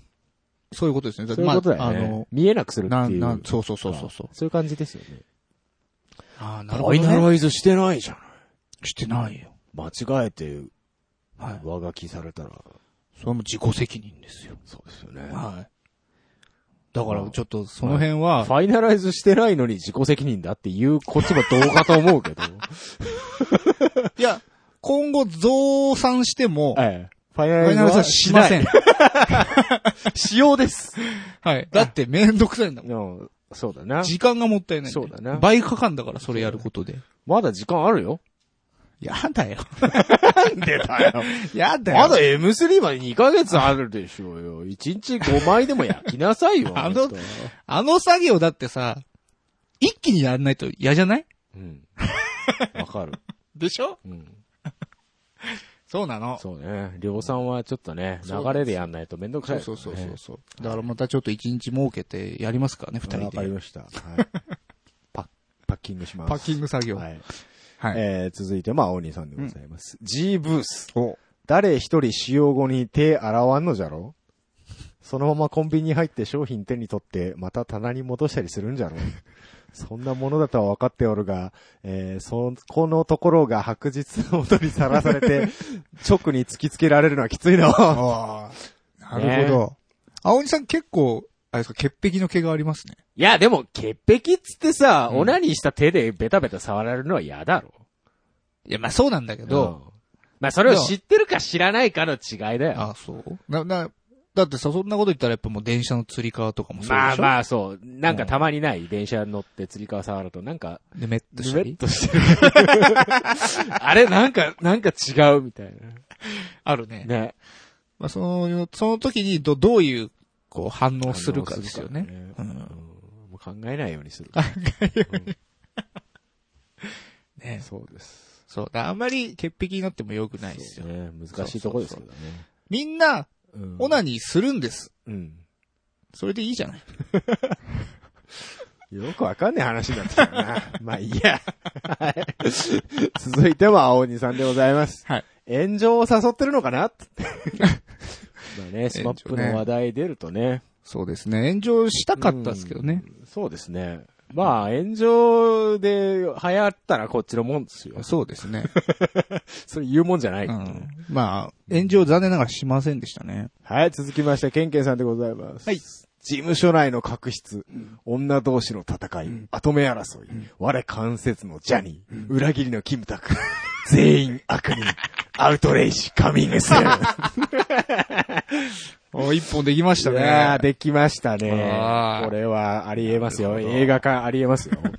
そういうことですね。だっそてういうことだよまああねの。、見えなくするなっていん、う。なん、そうそうそうそうそう。そういう感じですよね。ああ、なるフほァイど、ナね。ライズしてないじゃしてないよ。ない。間違えてはい。上書きされたら、それはもう自己責任ですよ。そうですよね。はい。だから、ちょっと、その辺は、ファイナライズしてないのに自己責任だっていうこっちもどうかと思うけど。いや、今後増産しても、 (laughs) ええファイナフラァイイズナルはさしません。。使用です。 (laughs) はい。だって、めんどくさいんだもん。うんそうだな。時間がもったいないんそよ。うだな倍かかんだから、それやることで。まだ時間あるよ。やだよ。なんでだよ。 (laughs) やだ (laughs) まだ M3 まで2ヶ月あるでしょうよ。1日5枚でも焼きなさいよ。あの人あの作業だってさ、一気にやんないと嫌じゃないうん。わかる。でしょうん。そうなの。そうね。量産はちょっとね、そう流れでやんないとめんどくさい、そうそうそうそうねそう。だからまたちょっと一日設けてやりますからね、二人わかりで。ました。はい。 (laughs) パッ、パッキングします。パッキング作業。は。はいい。えー、続いて、まあ、青兄さんでございます。G ブース。お誰一人使用後に手洗わんのじゃろそのままコンビニに入って商品手に取って、また棚に戻したりするん (laughs) じゃろそんなものだとは分かっておるが、えー、そこのところが白日の音にさらされて、直に突きつけられるのはきついな。ああ。なるほど。青木さん結構、あれですか、潔癖の毛がありますね。いや、でも、潔癖っつってさ、うんオナニーした手でベタベタ触られるのは嫌だろ。いや、まあそうなんだけど、うんまあ、それを知ってるか知らないかの違いだよ。あ、そうな、な、だってさ、そんなこと言ったらやっぱもう電車の釣り革とかもそうでしょまああ。まあ、そう。なんかたまにない、電車乗って釣り革触ると、なんか、で、メッぬとしためっり。としてる。 (laughs) あれ、なんか、なんか違うみたいあるな。ね。ね。まあその、その時にど、どういう、こう、反応するかですよね。反応するかねうもんう考えないようにする。ねそうです。そう。だからあんまり潔癖になっても良くないですよ。ね。難しいとこですけどね。みんな、オナニニーするんです。うん。それでいいじゃない。よくわかんない話になってきたな。 (laughs) まあいいや。はい続いては青鬼さんでございます。はい。炎上を誘ってるのかな (laughs) つってまあね、スマップ炎上のね話題出るとね。そうですね。炎上したかったですけどね。うん。そうですね。まあ、炎上で流行ったらこっちのもんですよ。そうですね。それ言うもんじゃない。うん。まあ、炎上残念ながらしませんでしたね。はい、続きまして、ケンケンさんでございます。はい。事務所内の確執、女同士の戦い、うん跡目争い、我関節のジャニー、裏切りのキムタク、全員悪人、アウトレイジ、カミン (laughs) グスーン。お一本できましたいやーね。できましたね。あーこれはありえますよ。なるほど映画化ありえますよ。 (laughs) え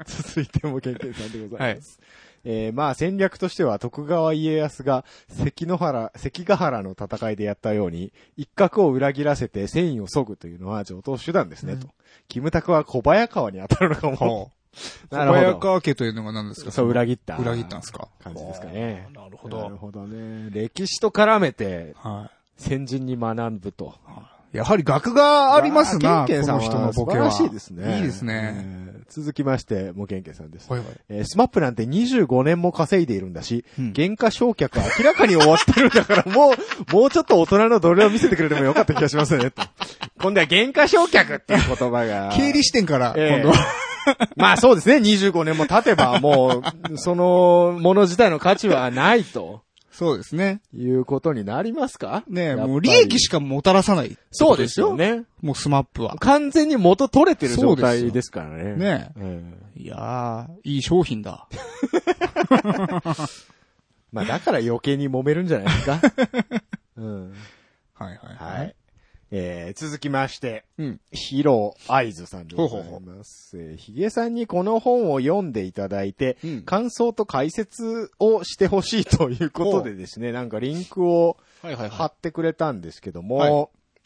ー続いてもケンケンさんでございます。えーまあ戦略としては徳川家康が関の原、関ヶ原の戦いでやったように、一角を裏切らせて戦意を削ぐというのは上等手段ですね、と。キムタクは小早川に当たるのかも。ほう。小なるほど早川家というのが何ですかそう、裏切った。裏切ったんですか感じですかね。なるほなるど。ほどね。歴史と絡めては先人に学ぶと。い。やはり額がありますな、この人のボケは。素晴らしいですね。いいですね。えー。続きまして、もけんけさんです。はいはい。えースマップなんて25年も稼いでいるんだし、うん原価償却は明らかに終わってるんだから、もう、もうちょっと大人の奴隷を見せてくれてもよかった気がしますね、と。今度は原価償却っていう言葉が。 (laughs) 経理視点から、ええ今度は。 (laughs) まあそうですね、25年も経てば、もう、その、もの自体の価値はないと。そうですね。いうことになりますかねえ、もう利益しか。かもたらさない。そうですよ。ね。もうスマップは。完全に元取れてる状そうです態よですからね。ねえうんいやー、いい商品だ。まあだから余計に揉めるんじゃない (laughs) ですか。うん。はいはいはい。。えー、続きまして、うん。ヒロアイズさんでございます。えーヒゲさんにこの本を読んでいただいて、うん感想と解説をしてほしいということでですね、なんかリンクをはいはい貼はってくれたんですけども、はい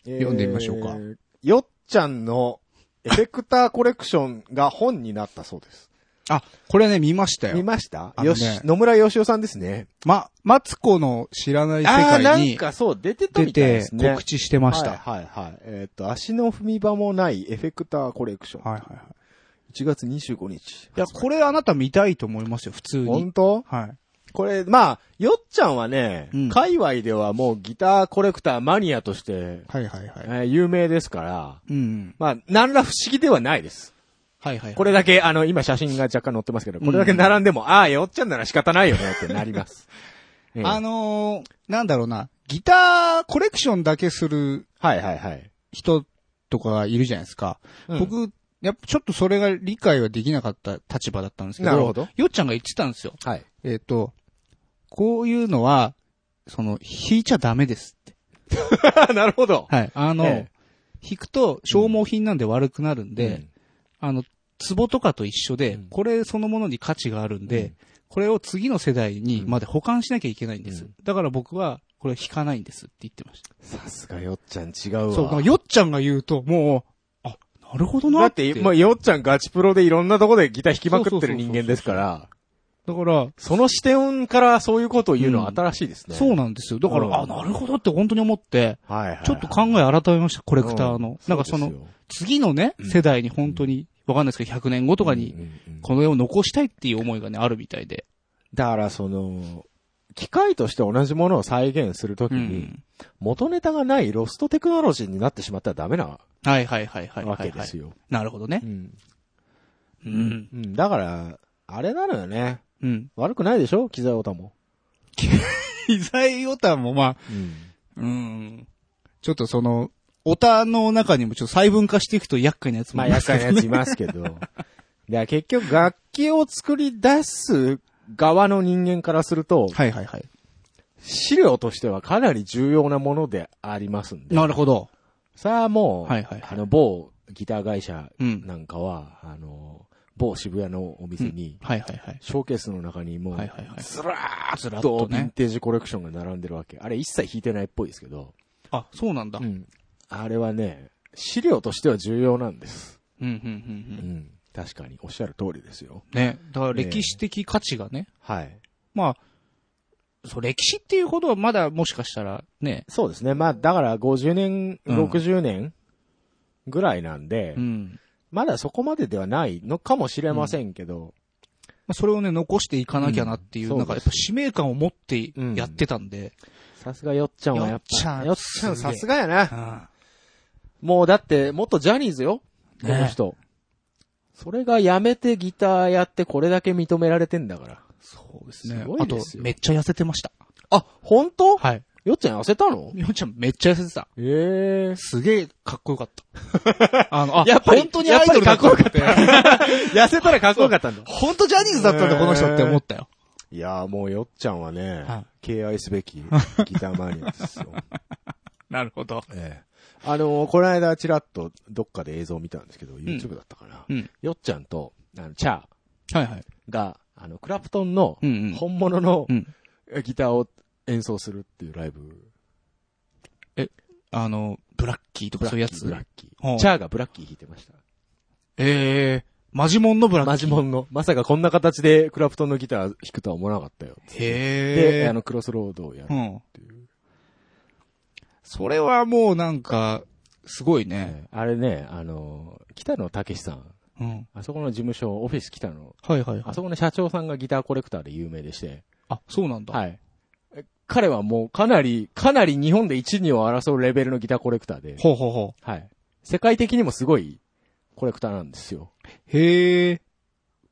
えー読んでみましょうかよっちゃんのエフェクターコレクションが本になったそうです。い。あ、これね、見ました見よ。ました、あのねよし、野村よしおさんですね。ま、マツコの知らない世ああー、な界んにかそう、出てた出みたいでてすね。告知してましはた。いはいはい。えーっ、と、足の踏み場もないエフェクターコレクション。はいはいはい。 1月25日。いや、これあなた見たいと思いますよ、普通に。本当はい。これ、まあ、よっちゃんはね、うん界隈ではもうギターコレクターマニアとして、はいはいはい。えー有名ですから、うんうん。まあ、何ら不思議ではないです。はいはい。これだけ、あの、今写真が若干載ってますけど、これだけ並んでも、ああ、よっちゃんなら仕方ないよねってなり (laughs) ます。ええあのー、なんだろうな、ギターコレクションだけするはいはいはい。 (laughs) 人とかがいるじゃないですか。うん僕、やっぱちょっとそれが理解はできなかった立場だったんですけど、なるほどよっちゃんが言ってたんですよ。はい。えっ、と、こういうのは、その、弾いちゃダメですって。なるほど。はい。あの、え弾くと消耗品なんで悪くなるんで、うんあの、壺とかと一緒で、うんこれそのものに価値があるんで、うんこれを次の世代にまで保管しなきゃいけないんです。うんだから僕は、これ弾かないんですって言ってました。さすがよっちゃん違うわ。そう、だからよっちゃんが言うと、もう、あ、なるほどだなっ。ってて、まあ、よっちゃんガチプロでいろんなとこでギター弾きまくってる人間ですから、だから、その視点からそういうことを言うのは新しいですね。そうななんですよ。だから、うんあ、なるほどって本当に思って、はいはいはい。ちょっと考え改めました、コレクターの。なんかその、次のね、世代に本当に、わかんないですけど、100年後ととかに、この絵を残したいっていう思いがね、あるみたいで。だからその、機械として同じものを再現するときうに、ん。元ネタがないロストテクノロジーになってしまったらダメなはいはいはいはいわはけいではすい。よ。なるほどねう。ん。うん。うんだから、あれなのよね。 (laughs) うん。悪くないでしょ機材オタも。機材オタもまあ、うん。うん。ちょっとその、オタの中にもちょっと細分化していくと厄介なやつもまあ、いま厄すけ介などねやついますけ (laughs) ど。で、結局、楽器を作り出す側の人間からすると、はいはいはい。資料としてはかなり重要なものでありますんで。なるほど。さあもう、はいはいはいあの、某ギター会社うんなんかは、あの、某渋谷のお店に、はいはいはい。ショーケースの中にもう、はいはいはいずらーずらっっととヴねィンテージコレクションが並んでるわけ。あれ一切弾いてないっぽいですけど、あ、そうなんだ。ううん、んあれはね、資料としては重要なんです。うん、うん、ううん。ん。確かに、おっしゃる通りですよ。ね。だから歴史的価値がね。はい。まあ、そう、歴史っていうことはまだもしかしたらね。そうですね。まあ、だから50年、うん60年ぐらいなんで、うん。まだそこまでではないのかもしれませんけど、まあ、それをね、残していかなきゃなっていう、うんなんかやっぱ使命感を持ってやってたんで。さすがよっちゃんはやっぱ。よっちちゃゃんんさすがやな。あもうだって、元ジャニーズよ。こねの人。それがやめてギターやってこれだけ認められてんだから。そうですね。すごいあでとすよ、めっちゃ痩せてました。あ、本当はい。よっちゃん痩せたのみほちゃんめっちゃ痩せてた。ええすげえかっこよか (laughs) った。あの、あ、やっぱり本当にアイドルだやっぱりかっこよかった。 (laughs) 痩せたらかっこよかったんだ。本当ジャニーズだったんだ、この人って思ったよ。いやーもうよっちゃんはね、は敬愛すべきギターマニアです (laughs) よ。なるほど。ええあのーこの間ちらっとどっかで映像を見たんですけど、YouTube だったかな。うん。よっちゃんと、あの、チャーはいはい。が、あの、クラプトンのうんうん。本物のうんギターを演奏するっていうライブ。あの、ブラッキーとかそういうやつ。ブラッキほー。うチャーがブラッキー弾いてました。ええマジモンのブラッキー。マジモンの。まさかこんな形でクラプトンのギター弾くとは思わなかったよ。へえ。で、あの、クロスロードをやるうっん。ていう。それはもうなんか、すごいね。あれね、あの、北野武さん、うん。あそこの事務所、オフィス北野、はいはいはあい。そこの社長さんがギターコレクターで有名でして、あ、そうなんだ。はい。え彼はもうかなり、かなり日本で1、2を争うレベルのギターコレクターで、ほうほうほはい。世界的にもすごいコレクターなんですよ。う。へえ。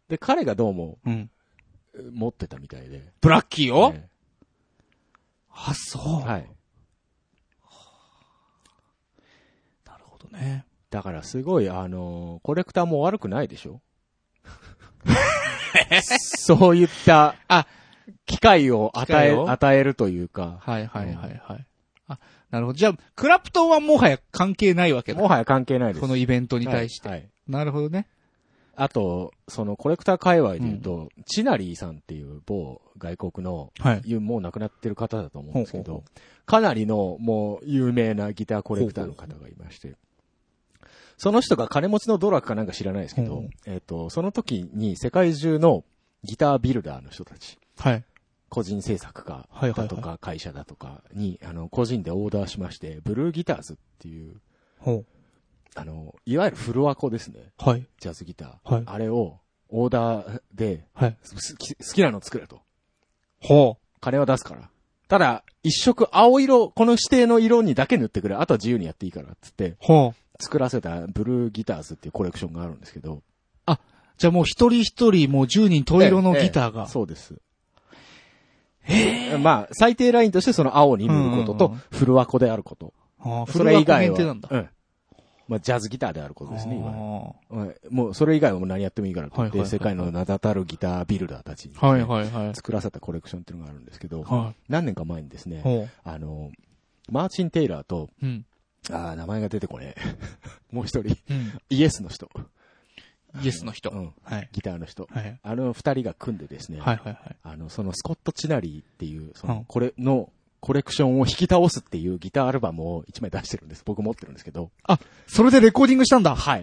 で、彼がどうもうん。え持ってたみたいで。ブラッキーを、えあ、そう。えはい。なるほどね。だからすごい、あのーコレクターも悪くないで (laughs) しょそういった、あ機会を与え、機会を与えるというか、はいはいはいはい。あ、なるほど。じゃあ、クラプトンはもはや関係ないわけだ。もはや関係ないです。このイベントに対して。はいはいなるほどね。あと、そのコレクター界隈で言うと、チナリーさんっていう某外国の、はい。いうもう亡くなってる方だと思うんですけど、ほうほうかなりのもう有名なギターコレクターの方がいまして、その人が金持ちのドラッグかなんか知らないですけど、ほうほうえっ、と、その時に世界中のギタービルダーの人たち、はい。個人制作家はいはいはだいとか会社だとかに、あの、個人でオーダーしまして、ブルーギターズっていう、ほあの、いわゆるフロアコですね、う。はい。ジャズギター。はいあれをオーダーではい。す好き好きなの作れと。ほ金は出すから。ただ、一色青色、この指定の色にだけ塗ってくれ。あとは自由にやっていいから。つってう。、ほう。作らせたブルーギターズっていうコレクションがあるんですけど。じゃあもう一人一人もう10人十色のギターえがえ。そうです。まあ、最低ラインとしてその青に塗ることうんとうん、フルアコであること。ああ、そそれれ以以外外は。は。なんだ。うん。まあ、ジャズギターであることですね、いわゆるあはいもう、それ以外はもう何やってもいいからって言ってはいは世いはいはい界の名だたるギタービルダーたちにあはいはいはい。作らせたコレクションっていうのがあるんですけど、は何年か前にですい。ね、ほあの、マーチン・テイラーと、う。うん。ああ、名前が出てこねえ。 (laughs) もう一人。うん。イエスの人。イエスの人。うん。はい。ギターの人。はい。あの二人が組んでですね。はいはいはい。あの、そのスコット・チナリーっていう、そのうん、これのコレクションを引き倒すっていうギターアルバムを一枚出してるんです。僕持ってるんですけど。それでレコーディングしたんだ。はい。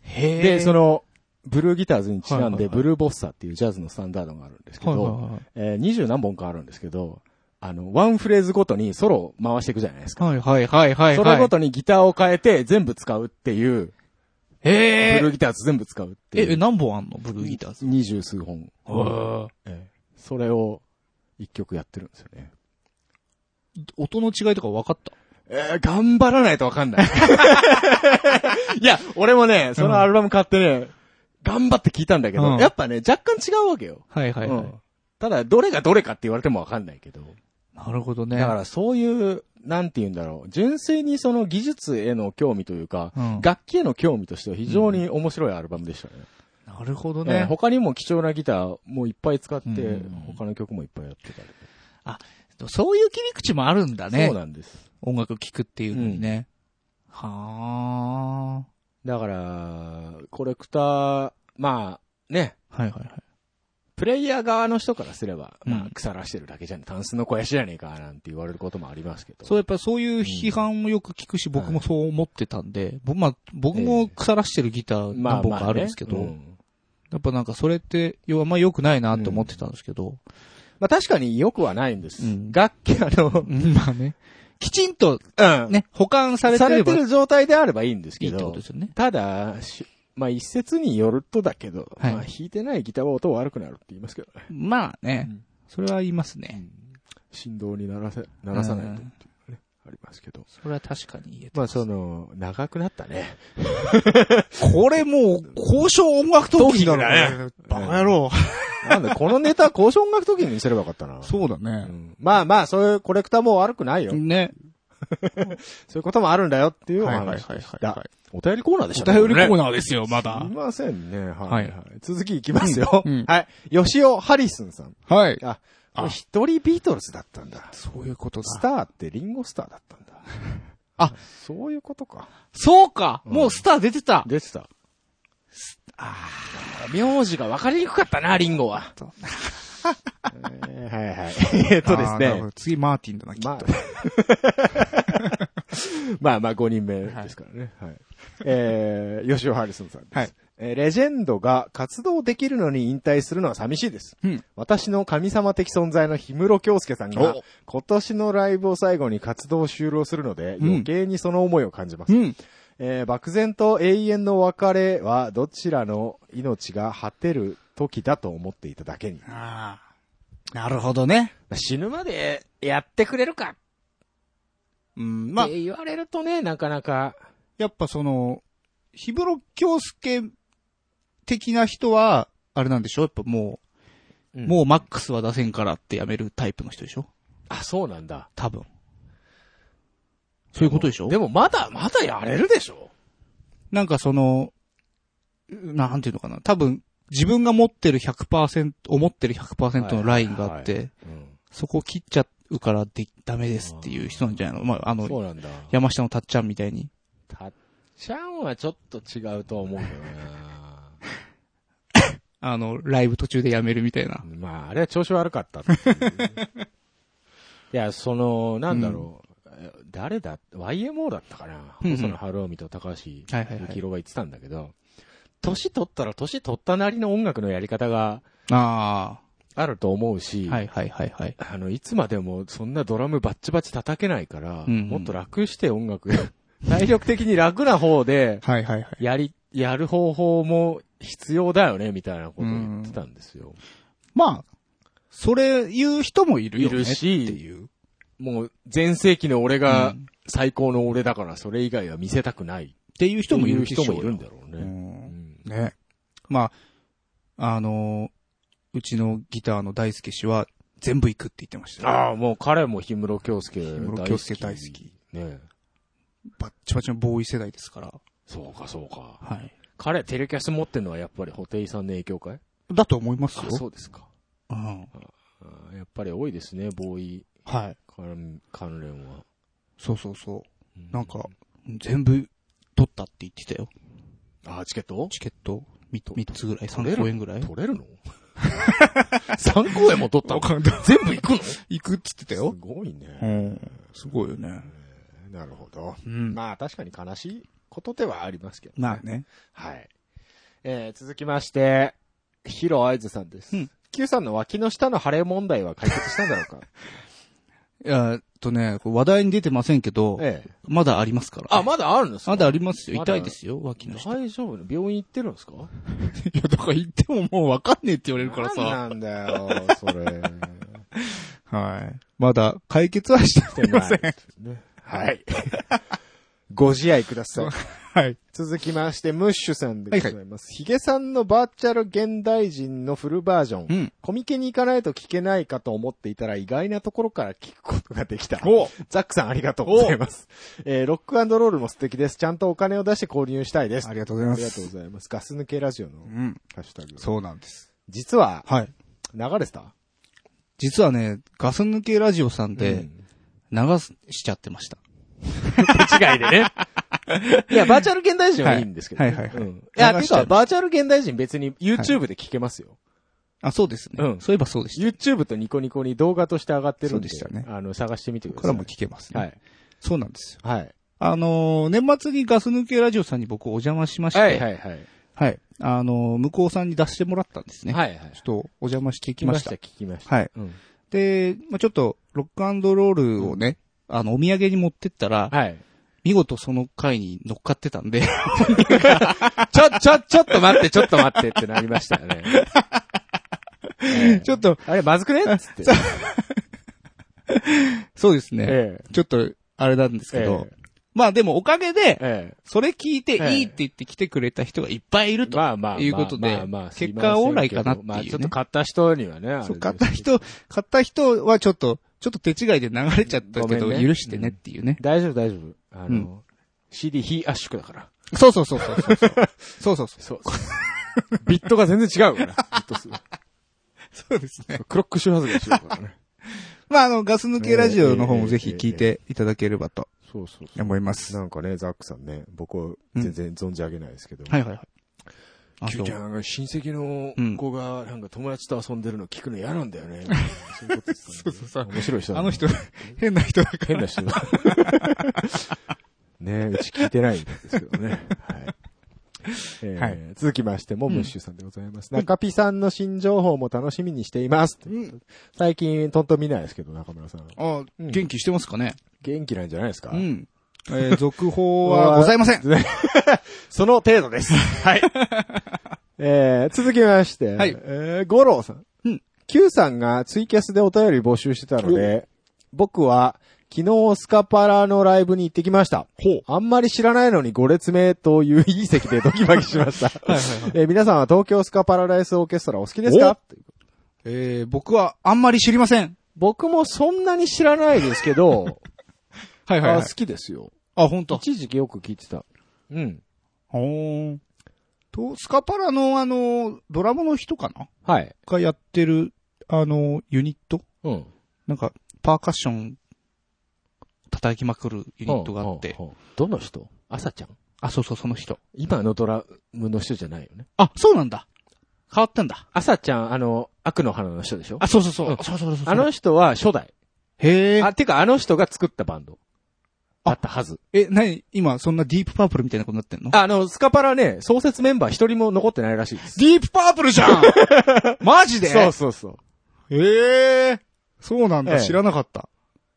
へえ。で、そ、の、ブルーギターズにちなんはいはいで、はいブルーボッサーっていうジャズのスタンダードがあるんですけはいはいど、えー二十何本かあるんですけど、あの、ワンフレーズごとにソロを回していくじゃないですか。はい。はいはいはいはい。それごとにギターを変えて全部使うっていう、ブへルーえ。ギターズ全部使うっていう。え、何本あんのブルーギターズ。二十数本。ええそれを一曲やってるんですよね。音の違いとか分かったえー頑張らないとわかん (laughs) ない。いや、俺もね、そのアルバム買ってね、頑張って聞いたんだけど、うんやっぱね、若干違うわけよ。はいはうんただ、どれがどれかって言われてもわかんないけど。なるほどね。だからそういう、なんて言うんだろう、純粋にその技術への興味というか、うん楽器への興味としては非常に面白いアルバムでしたね。なるほどえーね。他にも貴重なギターもいっぱい使って、うん他の曲もいっぱいやってたり。そういう切り口もあるんだねそう。なんです。音楽聴くっていうのにね。はだから、コレクター、まあ、ね、あ。はいはいはい。プレイヤー側の人からすれば、うんまあ、腐らしてるだけじゃねえ、タンスの肥やしじゃねえか、なんて言われることもありますけど。そう、やっぱそういう批判もよく聞くし、僕もそう思ってたんで、ぼまあ、僕も腐らしてるギター何本かあるんですけど、まあまあねうんやっぱなんかそれって、要はあんま良くないなって思ってたんですけど、まあ確かに良くはないんです。うん楽器、あの、まあね、きちんとうん (laughs) ね、保管されてされれてばいる状態であればいいんですいけってこどとです、よね。ただ、しまあ一説によるとだけど、はいまあ弾いてないギターは音悪くなるって言いますけどね。まあね、うんそれは言いますね。振動にならせ、ならさないとっていううんね、ありますけど。それは確かに言えてまあます。その、長くなったね。これもう、交渉音楽闘技な闘技のだね。バカ野郎。なんだ、このネタ、交渉音楽時にすればよかったな。そうだうね。んまあまあ、そういうコレクターも悪くないよ。ね。そういうこともあるんだよっていうおはいはいはい話はいでしはた。お便りコーナーでしたい。お便りコーナナーですよ、まだすい。ませんね。ははいいは。はい続きいきますようんうん。はい。吉尾ハリスンさん。はい。あ、あこれ一人ビートルズだったんだ。そういうことスターってリンゴスターだったんだ。あ、そういうことか。そうかうんもうスター出てた出て (laughs) た。名字が分かりにくかったな、リンゴは。えーはいはい。 (laughs) えーっとですあーなるねほ。ど。次、マーティンだな、きっまあと。、 (laughs) まあまあ5人目ですからね。はい。えー、 (laughs) 吉尾ハリスンさんです。はいえーレジェンドが活動できるのに引退するのは寂しいです。うん私の神様的存在の氷室京介さんがお、今年のライブを最後に活動を終了するので、ん余計にその思いを感じます。うん。えー漠然と永遠の別れはどちらの命が果てる時だと思っていただけに。ああ。なるほどね。死ぬまでやってくれるかっうん。まあ、て言われるとね、なかなか。やっぱその、日室京介的な人は、あれなんでしょやっぱもう、うんもうマックスは出せんからってやめるタイプの人でしょあ、そうなんだ。多分。そういうことでしょでもまだ、まだやれるでしょなんかその、なんていうのかな。多分、自分が持ってる100%、思ってる100%のラインがあって、うんそこを切っちゃうからでダメですっていう人なんじゃないのまあ、あそうの、なんだ。山下のたっちゃんみたいに。たっちゃんはちょっと違うとは思うけどな。あの、ライブ途中でやめるみたいな。 (laughs) まあ、あれは調子悪かったっていう (laughs) いや、その、なんだろう。え誰だ ?YMO だったかな、うんうん細野晴臣と高橋幸はいはいはい宏が言ってたんだけど、年取ったら年取ったなりの音楽のやり方がああると思うあ。し、はいはいはいはい。あの、いつまでもそんなドラムバッチバチ叩けないから、うんうんもっと楽して音楽、 (laughs) 体力的に楽な方で、はいはいはい。やり、やる方法も必要だよね、みたいなことを言ってたんですよ。まあ、それ言う人もいるよね。いるしっていう。もう、前世紀の俺うがん最高の俺だから、それ以外は見せたくない。っていう人もいる人もいるんだだろうう。ね。うんんね。まあ、あのーうちのギターの大輔氏は全部行くって言ってましたよ。ああ、もう彼も氷室京介大好き。氷室京介大好き。ねバッチバチのボーイ世代ですから。そうか、そうか。はい。彼、テレキャス持ってんのはやっぱり、ホテイさんの影響かいだと思いますよ。そうですか。うん。あーやっぱり多いですね、ボーイはい。関関連は。そうそうそう。うなんか、全部取ったって言ってたよ。あーチケットチケット3、三つぐらい、取れる3公演ぐらい。取れ (laughs) るの ?3 公演も取ったのかんない。全 (laughs) 部行くの (laughs) す行くっつってたよ。ごいうね。ん。すごいよね。なるほど。うん。まあ確かに悲しいことではありますけど、まあ。ね。はい。えー、続きまして、ヒロアイズさんです。ううんん、 Q さんの脇の下の腫れ問題は解決したんだろう (laughs) かえーっとね、これ話題に出てませんけど、ええ。まだありますから。あ、まだあるんですかまだありますよ。まだ痛いですよ、脇の下。い大丈夫病院行ってるんですかや、だから言ってももうわかんねえって言われるから (laughs) 何さ。なんだよ、それ。はい。まだ解決はしてしてないねはい。ご自愛ください。はい。続きまして、ムッシュさんでございます。ヒゲさんのバーチャル現代人のフルバージョン。うん。コミケに行かないと聞けないかと思っていたら意外なところから聞くことができた。おザックさんありがとうございます。えー、ロックロールも素敵です。ちゃんとお金を出して購入したいです。あありがとうございまりがとす。うございます。ガス抜けラジオのうん。ハッシュタグ。そうなんです。実は、はい。流れてた実はね、ガス抜けラジオさんで流しちゃってました。違いでね。 (laughs) いや、バーチャル現代人はいいんですけどね。はいはいはいはいうんいや、流てしちゃか、うバーチャル現代人別に YouTube で聞けますよ。あ、そうですね。うんそういえばそうでした。 YouTube とニコニコに動画として上がってるんで、そうでしたねあの、探してみてくこだこさからい。も聞けますね。は。い。そうなんですよ。はい。あのー年末にガス抜けラジオさんに僕お邪魔しまして、はいはいはい。はい。あのー向こうさんに出してもらったんですね。はいはい。ちょっとお邪魔して聞きました。聞きました。はい。うんで、まあ、ちょっと、ロックロールをね、あの、お土産に持ってったら、はい。見事その回に乗っかってた (laughs) んで、ちょ、ちょ、ちょっと待って、ちょっと待ってってなりましたよね。ええ (laughs) ちょっと、あれ、まずくねっつって。そうですね、ええちょっと、あれなんですけど、えまあでもおかげで、えそれ聞いていええいって言って来てくれた人がいっぱいいるえ。と。まあまあ。いうことでまあまあまあ結果オーライかなっていうまねあちょっと買った人にはね。あれですそう、けど買った。人、買った人はちょっと、ちょっと手違いで流れちゃったけごど、めんね許してねっていうね。大丈夫大丈夫。あうの、CD 非圧縮だから。そうそうそうそうそう。そうそうそう。そう。ビットが全然違うから。ビット数。そうですね。クロック周波数が違うからね。まああの、ガス抜けラジオの方もぜひ聞いていただければとそうそうそう。思います。なんかね、ザックさんね、僕は全然存じ上げないですけど。はいはいはい。あキュとーちゃんが親戚の子がなんか友達と遊んでるの聞くの嫌なんだよね。そういうこと言ってたんで (laughs) そうそうそう面白い人だあねの人、変な人だから。変な人 (laughs) だ。ねうち聞いてないんですけどね。はい。えーはい続きましても、ムッシュさんでございます。中ピさんの新情報も楽しみにしています。最近、とんと見ないですけど、中村さん。ああ、うん元気してますかね元気なんじゃないですか、うん。えー続報はございません。 (laughs) その程度です。はい。えー、続きまして、はいえー、五郎さん。うん。 Q さんがツイキャスでお便り募集してたので、僕は昨日スカパラのライブに行ってきました。あんまり知らないのに5列目といういい席でドキドキしました。 (laughs) えー皆さんは東京スカパラダイスオーケストラお好きですかえー僕はあんまり知りません。僕もそんなに知らないですけ (laughs) ど、はいあ好きですよ。あ、本当。一時期よく聞いてた。うん。ほーん。と、スカパラのあの、ドラムの人かなはい。がやってる、あの、ユニットうん。なんか、パーカッション、叩きまくるユニットがあって。うん。うんうんどの人朝ちゃんあ、そうそう、その人。今のドラムの人じゃないよね。あ、そうなんだ。変わったんだ。朝ちゃん、あの、悪の花の人でしょあ、そうそうそう。うんそうそうそうそう。あの、人は初代。へえ。あ、てかあの人が作ったバンド。ああったはず。え、なに、今、そんなディープパープルみたいなことになってんのあの、スカパラね、創設メンバー一人も残ってないらしいです。ディープパープルじゃん (laughs) マジでそうそうそう。へえ。そうなんええだ、知らなかった。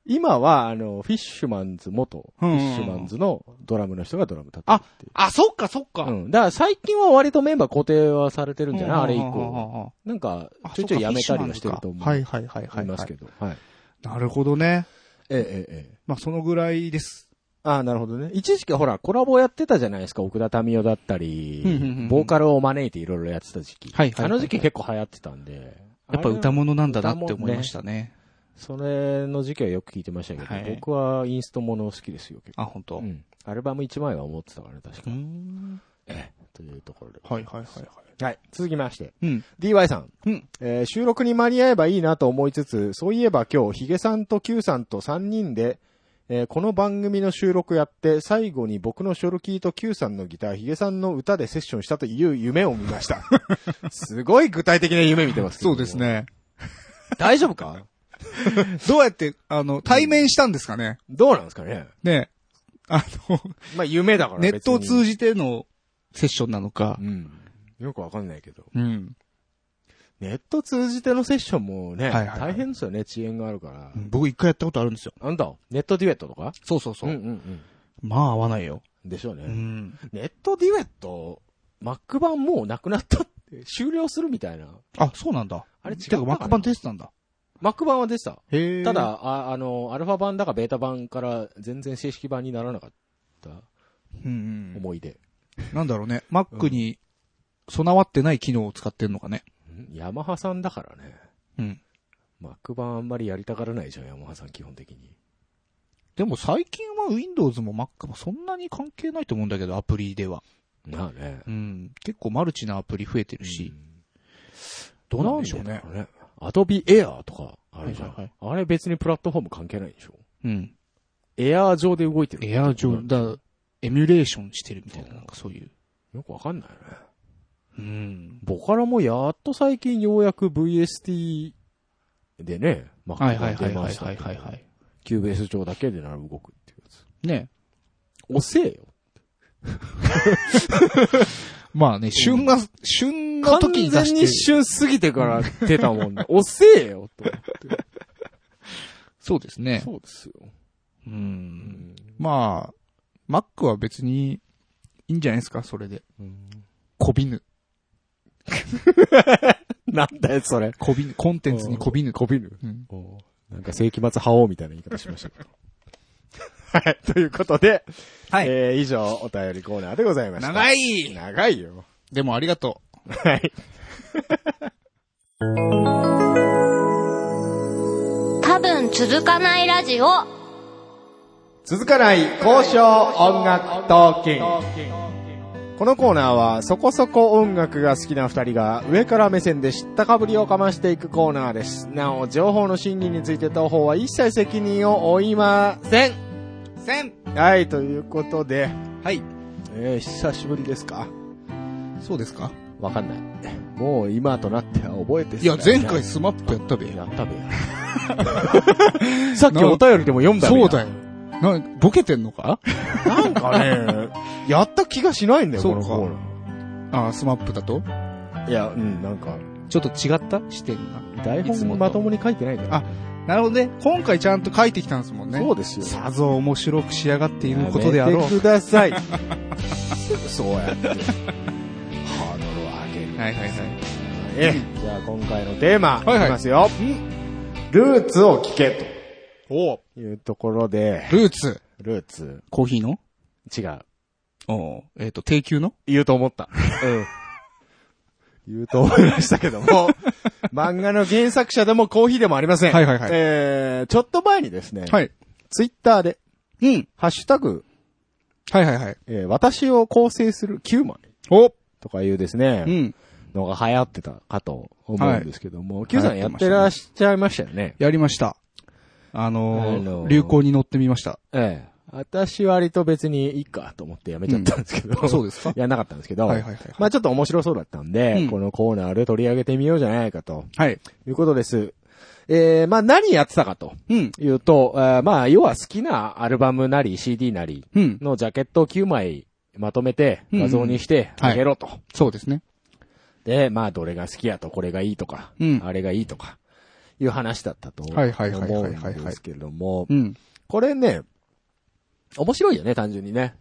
今は、あの、フィッシュマンズ元、うんうんフィッシュマンズのドラムの人がドラム立ってるっていう。あ、そっかそっかうん。だから最近は割とメンバー固定はされてるんじゃないあれ以うんうんうん降。うんうんなんかあ、ちょいちょいやめたりはしてると思う。はいはいはいはい。いますけど。はい。ど。なるほどね。ええええええ。まあ、そのぐらいです。ああ、なるほどね。一時期ほら、コラボやってたじゃないですか。奥田民生だったうんうんうんうりん、ボーカルを招いていろいろやってた時期。はいはいはいあの時期結構流行ってたんで。やっぱ歌も。物なんだなって思いましたね。それの時期はよく聞いてましたけど、はい僕はインストもの好きですよ、結構。あ、本当。う。うんアルバム1枚は思ってたからね、確かー。ん。というところで。はいはいはいはい。はい。続きまして。うん。 DY さん。うんえー収録に間に合えばいいなと思いつつ、そういえば今日、ヒゲさんと Q さんと3人で、えーこの番組の収録やって、最後に僕のショルキーと Q さんのギター、ヒゲさんの歌でセッションしたという夢を見ま (laughs) した。すごい具体的な夢見てますけどそうです。ね。大丈夫かどうやって、あの、対面したんですかねどうなんですかねねあの、まあ、夢だからネ別にットを通じてのセッションなのかう。ん。よくわかんないけど。うん。ネット通じてのセッションもね、はいはいはい大変ですよね、遅延があるから。僕一回やったことあるんですよ。なんだネットデュエットとかそうそうそう。んうんまあ合わないよ。うん。でしょうね。ん。ネットデュエット、Mac 版もうなくなったって、終了するみたいな。あ、そうなんだ。あれ違うてか、マック版出てたんだ。 Mac 版は出てた。へただ、、ああの、アルファ版だかベータ版から全然正式版にならなかったうんうん。思い出。なんだろうね。マックに備わってない機能を使ってんのかね。んヤマハさんだからね。うん。 Mac 版あんまりやりたがらないじゃん、ヤマハさん基本的に。でも最近は Windows も Mac もそんなに関係ないと思うんだけど、アプリでは。なあね。うん。結構マルチなアプリ増えてるし。どうなんでしょうねだろね。Adobe Air とか、あれじゃん、はいはいあれ別にプラットフォーム関係ないでしょ。うん。エアー上で動いてる。エアー上、だ、エミュレーションしてるみたいな、なんかそういう。よくわかんないよね。うん。ボカロもやっと最近ようやく VST でね、マはいはいはいはいしたはいけどはいはい。キューベース上だけでなら動くっていうやつ。ね。遅えよ。まあね、旬が、旬の時に出完全してにる一。瞬過ぎてから出たもんね。遅えよと。そうですね。そうですよ。う。うんんまあ、Mac は別にいいんじゃないですか、それで。こびぬ。なんだよ、それ。こびぬ。コンテンツにこびぬ。こびる。うん。なんか世紀末覇王みたいな言い方しましたけど。 (laughs) はい。ということで、はいえー、以上、お便りコーナーでございました。長いい長いよ。でもありがとう。はい。多分続かないラジオ。続かない交渉音楽トーキンこのコーナーはそこそこ音楽が好きな二人が上から目線で知ったかぶりをかましていくコーナーですなお情報の真偽について当方は一切責任を負いませんせんはいということではい。えー、久しぶりですかそうですかわかんないもう今となっては覚えていや、前回スマップやったべ。やったべ (laughs) さっきお便りでも読んだべそうだよ。な、ボケてんのかなんか (laughs) ねやった気がしないんだよそこうかのコーナーああ、スマップだといや、うん、なんか、ちょっと違った視点が。台いつも本とまともに書いてないんだよ。あなるほどね。今回ちゃんと書いてきたんですもんね。そうですよ。さぞ面白く仕上がっていることであろう。やめてくだ (laughs) さい。そうやって。ハードルを上げる。はいはいはい。ええじゃあ今回のテーマ、はいはいいきますよ。ルーツを聞けおというところで、ルーツ。ルーツ、コーヒーの違う。おうえっ、と、低級の言うと思った。うん。言うと思いましたけど (laughs) も、漫画の原作者でもコーヒーでもありません。はいはいはいえー、ちょっと前にですね、はい。ツイッターで、うん。ハッシュタグ、はいはいはい。えー私を構成する9枚おとかいうですうね、ん。のが流行ってたかと思うんですけども、Q さん流行やってっましたねてらっしゃいましたよね。やりました。あのーあのー流行に乗ってみました。ええ。私割と別にいいかと思ってやめちゃったんですけど、うんそうですか (laughs) やんなかったんですけど、はいはいはいはいまあちょっと面白そうだったんで、うんこのコーナーで取り上げてみようじゃないかとはい。いうことです。えー、まあ何やってたかとうん。いうと、えーまあ要は好きなアルバムなり CD なりうん。のジャケットを9枚まとめて画像にしてあげろと。そうですね。で、まあ、どれが好きやと、これがいいとか、うんあれがいいとか、いう話だったと思はいはいはいはいはいはいうんですけれどもう、ん。これね、面白いよね、単純にね。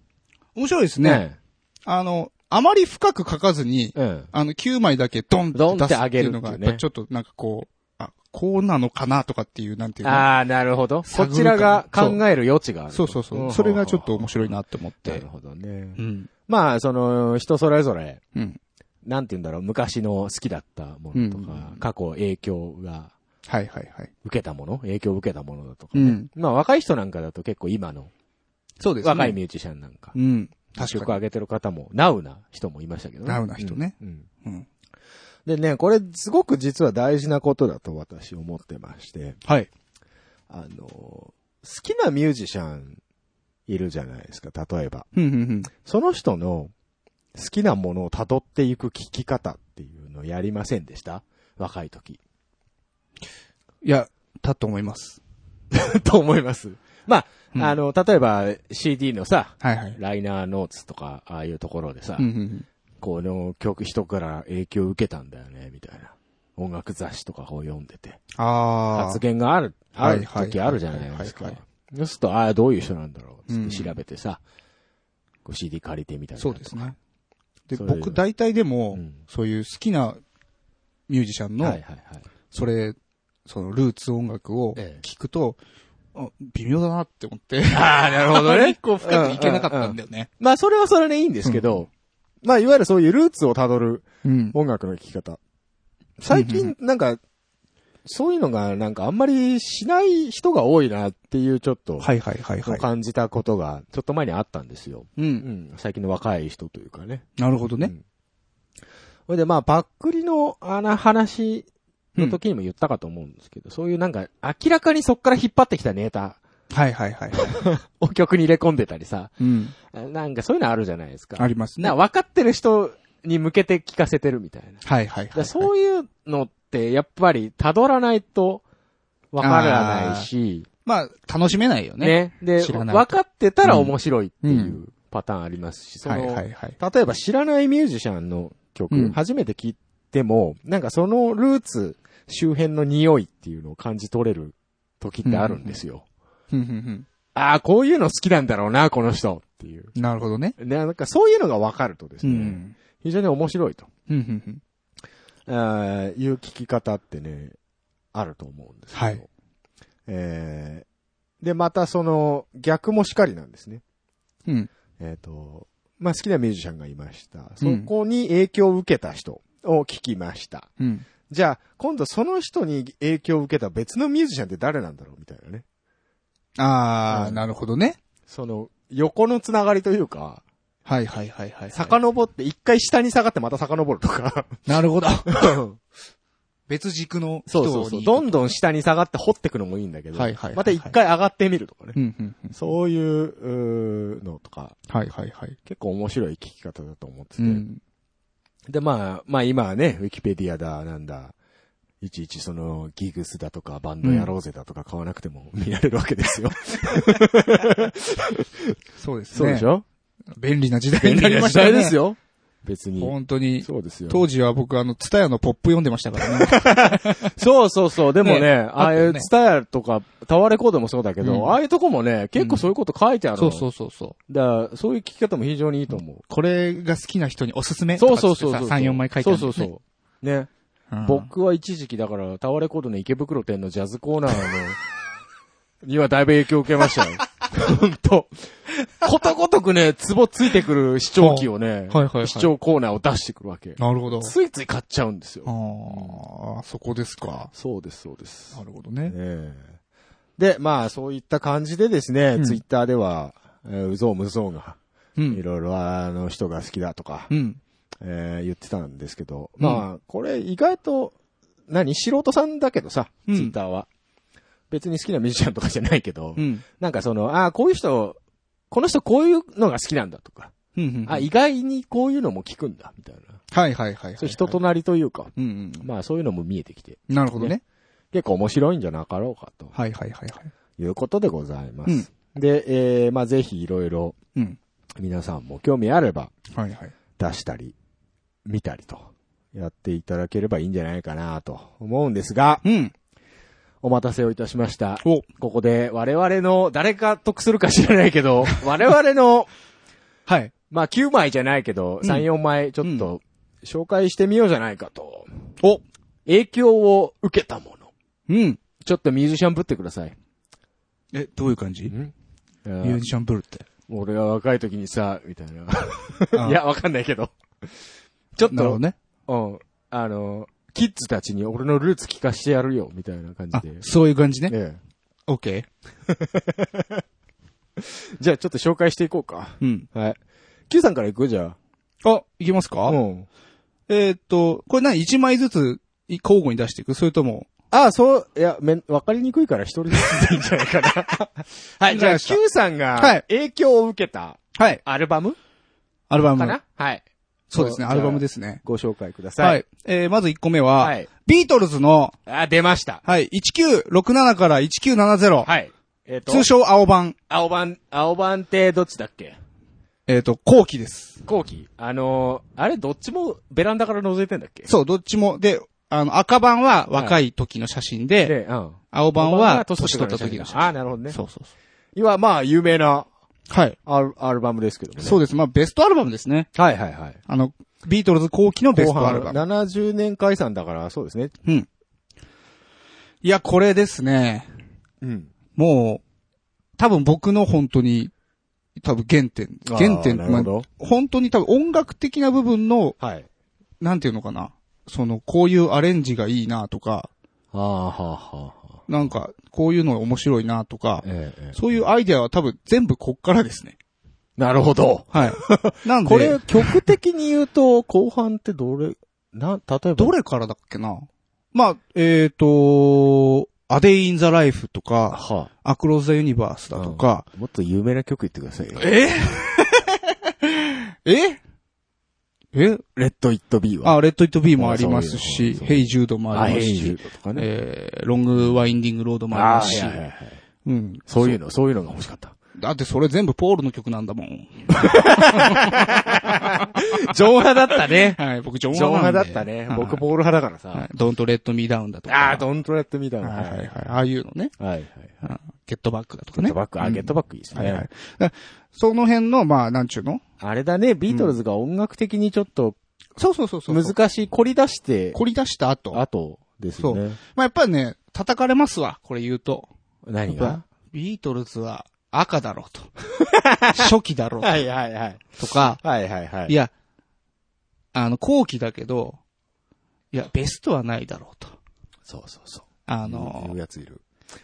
面白いですね。あの、あまり深く書かずに、え。うん。あの、9枚だけドンドンっってて出すっ上ていげるうのってが、いやうっねぱちょっとなんかこう、あ、こうなのかなとかっていう、なんていうのああ、なるほど。こ探るちらが考える余地がある。そうそうそう。んそれがちょっと、面白いなって思っなてる。ほどねう。ん。まあ、その、人それぞれ、うん。なんて言うんだろう、昔の好きだったものとうんか、過去影響がはいはいはい。受けたもの、影響を受けたものだとかう。ん。まあ、若い人なんかだと結構今の、そうですね。若いミュージシャンなんかう、ん。確確かか上げてる方も、ナウな人もいましたけどナウな人ね。うんに。うん。でね、これすごく実は大事なことだと私思ってまして、はい。あの、好きなミュージシャンいるじゃないですか、例えば。うんうんうん。その人の好きなものを辿っていく聞き方っていうのやりませんでした若い時。 (laughs) いや、だと思います。と思います。まあ、うんあの、例えば CD のさ、はいはい。ライナーノーツとか、ああいうところでさ、うんうんうん。この曲人から影響を受けたんだよね、みたいな。音楽雑誌とかを読んでて。ああ。発言がある、はあいる時あるじゃないですはかいはいはい。そうすると、ああ、どういう人なんだろううっんつって調べてさ、こう CD 借りてみたりそうですね。で、そういう僕大体でもうん、そういう好きなミュージシャンはいはのい、はい。それ、そのルーツ音楽をええ聞くと、あ微妙だなって思って、ああ、なるあま (laughs) り。こう深くいけなかったんだよね。まあ、それはそれでいいんですけど、まあ、いわゆるそういうルーツをたどるうん。音楽の聴き方。最うんう近、なんか、そういうのが、なんかあんまりしない人が多いなっていう、ちょっと、はいはいはいはい。感じたことが、ちょっと前にあったんですよ。う。うんん、最近の若い人というかね。なるほどね。それでまあ、パックリのあの話の時にも言ったかと思うんですけど、そういうなんか明らかにそっから引っ張ってきたネタはいはいはい。を曲に入れ込んでたりさ、うん。なんかそういうのあるじゃないですか。ありますね。なは分かってる人に向けて聞かせてるみたいな。だかいはいはらい。そういうのってやっぱり辿らないと分からないし、まあ、楽しめないよね。ね。で、知ら分ないとかってたら面白いっていんううパターンありますし、そはのいはいはい。例えば知らないミュージシャンの曲、うん初めて聴いても、なんかそのルーツ周辺の匂いっていうのを感じ取れる時ってあるんですよ。ふんふんふんああ、こういうの好きなんだろうな、この人っていう。なるほどね。ねなんかそういうのが分かるとですうね、ん。非常に面白いとふんふんふんあーいう聞き方ってね、あると思うんですけど。はいえーで、またその、逆もしかりなんですね。うん。えっ、と、まあ、好きなミュージシャンがいました。そうんこに影響を受けた人を聞きました。うん。じゃあ、今度その人に影響を受けた別のミュージシャンって誰なんだろうみたいなね。あうー、んなるほどね。その、横のつながりというか、はいはいはいはい。遡って、一回下に下がってまた遡るとか。なるほ (laughs) ど。別軸のそ人うに。そうそう。どんどん下に下がって掘ってくのもいいんだけど、はいはいはいはいまた一回上がってみるとかね。うんうんうん。そういううーのとか、はいはいはい。結構面白い聞き方だと思ってて。うん。で、まあ、まあ今はね、ウィキペディアだ、なんだ、いちいちその、ギグスだとか、バンドやろうぜだとか買わなくても見られるわけです (laughs) よ。そうですね。そうでしょ便利な時代便にな利りなまし時たね。代ですよ。別に。本当に。そうですよ。当時は僕あの、ツタヤのポップ読んでましたからね。そうそうそう。でもね、ねああいあったようねツタヤとか、タワーレコードもそうだけど、うんああいうとこもね、結 (laughs) 構そういうこと書いてあるの、そうそうそうそう。だからそういう聞き方も非常にいいと思う。これが好きな人におすすめそうそうそうそう。 3、4枚書いてあるんだよね。そうそうそう。ね。うん僕は一時期だから、タワレコードの池袋店のジャズコー (laughs) ナーの、にはだいぶ影響を受けま (laughs) したよ。ほんと。ことごとくね、ツボついてくる視聴器をね、はいはいはい視聴コーナーを出してくるわけ。なるほど。ついつい買っちゃうんですよ。ああ、そこですか。そうです、そうです。なるほどね。ええで、まあ、そういった感じでですね、うんツイッターでは、えーうぞうむぞうが、ういん。ろいろあの人が好きだとか、うん。えー言ってたんですけど、まあ、これ意外と、何素人さんだけどさ、うんツイッターは。別に好きなミュージシャンとかじゃないけど、うん。なんかその、ああ、こういう人、この人こういうのが好きなんだとか、うんうん。あ意外にこういうのも聞くんだ、みたいな。はいはいはいはい。そういう人と。なりというか、うんまあそういうのも見えてきて、うん。なるほどね。結構面白いんじゃなかろうか、とはいはいはいはい。いうことでございます。で、えーまあぜひいろいろうん。皆さんも興味あればはいはい。出したり、見たりと、やっていただければいいんじゃないかなと思うんですが、うん。お待たせをいたしました。お、ここで我々の、誰か得するか知らないけ (laughs) ど、我々の、はい。まあ9枚じゃないけど、うん3、4枚ちょっと紹介してみようじゃないかと。お、影響を受けたもの。うん。ちょっとミュージシャンぶってください。え、どういう感じあミューージシャンブルって。俺が若い時にさ、みたいあな。いや、わかんないけど。ちょっなるほとど、ね。うん。あの、キッズたちに俺のルーツ聞かしてやるよ、みたいな感じあで、。そういう感じね。えオッケえじゃあちょっと紹介していこうか。ー。うん。はい。Q さんから行くじゃあ、いきますあ。かうん。えーっと、これ何一枚ずつい交互に出していくそれとも、あ、そう、いや、めん、わかりにくいから一人ずつでいいんじゃないかな。 (laughs) はい、じゃあわかりました Q さんはがい、影響を受けたはい。アルバムアルバム。かなはい。そうですね、じゃあアルバムですね。ご紹介くださ。はいい。えー、まず1個目は、はいビートルズの、あ、出ました。はい、1967から1970、はい。えっと、通称青版、青版、青版ってどっちだっけえっ、と、後期です。後期。あのー、あれどっちもベランダから覗いてんだっけそう、どっちも、で、あの、赤版は若い時の写真で、で、うん。青版こんばんは年取った時時の写あ真。あ、なるほどね。そうそうそ今、まあ、有名なう。はい。アルアルバムですけどもね。そうです。まあ、ベストアルバムですね。はいはいはい。あの、ビートルズ後期のベス後トア半ルバム。 70年解散だから、そうですね。うん。いや、これですね。うん。もう、多分僕の本当に、多分原点。あー原点、なるほどあ本当に多分音楽的な部分の、はい。なんていうのかな。その、こういうアレンジがいいなとか、ああ、はあ、はあ。なんか、こういうの面白いなとか、ええええそういうアイデアは多分全部こっからですね。なるほど。はい。 (laughs) なんで、これ、曲的に言うと、後半ってどれ、な、例えば。どれからだっけなまあ、えっ、と、アデインザライフとか、はアクローズザユニバースだとか、あ、もっと有名な曲言ってくださいよ。え (laughs) ええレッド・イット・ビーは。あ、レッド・イット・ビーもありますあそういうし、のそうヘイ・ジュードもあアりヘますイジし、ュとかね。えー、ロング・ワインディング・ロードもありますし、あはいはいはいうん。そういうの、そういうのが欲しかった。だってそれ全部ポールの曲なんだも (laughs) ん。上派だった (laughs) ね。はい、僕、ジョン・上派派なだんでったね。はい僕、ボール派だからはさい。。ドント・レッド・ミー・ダウンだとか。ああ、ドントレット・ミーダウン。はいはいはい。はああいうのね。いはい。うんゲットバックだとゲかね。ットバック、あ、ゲットバックいいですはいはねい。。だその辺の、まあ、なんちゅうのあれだね、ビートルズが音楽的にちょっとそうそうそうそう。難しい、凝り出して、凝り出した後。後ですよね。まあ、やっぱりね、叩かれますわ、これ言うと。何やっがぱビートルズは赤だろ (laughs) うと。初期だろうはいはいはい。とか、はいはいはいい。や、あの、後期だけど、いや、ベストはないだろうと。そうそうそう。あいのう、やついる。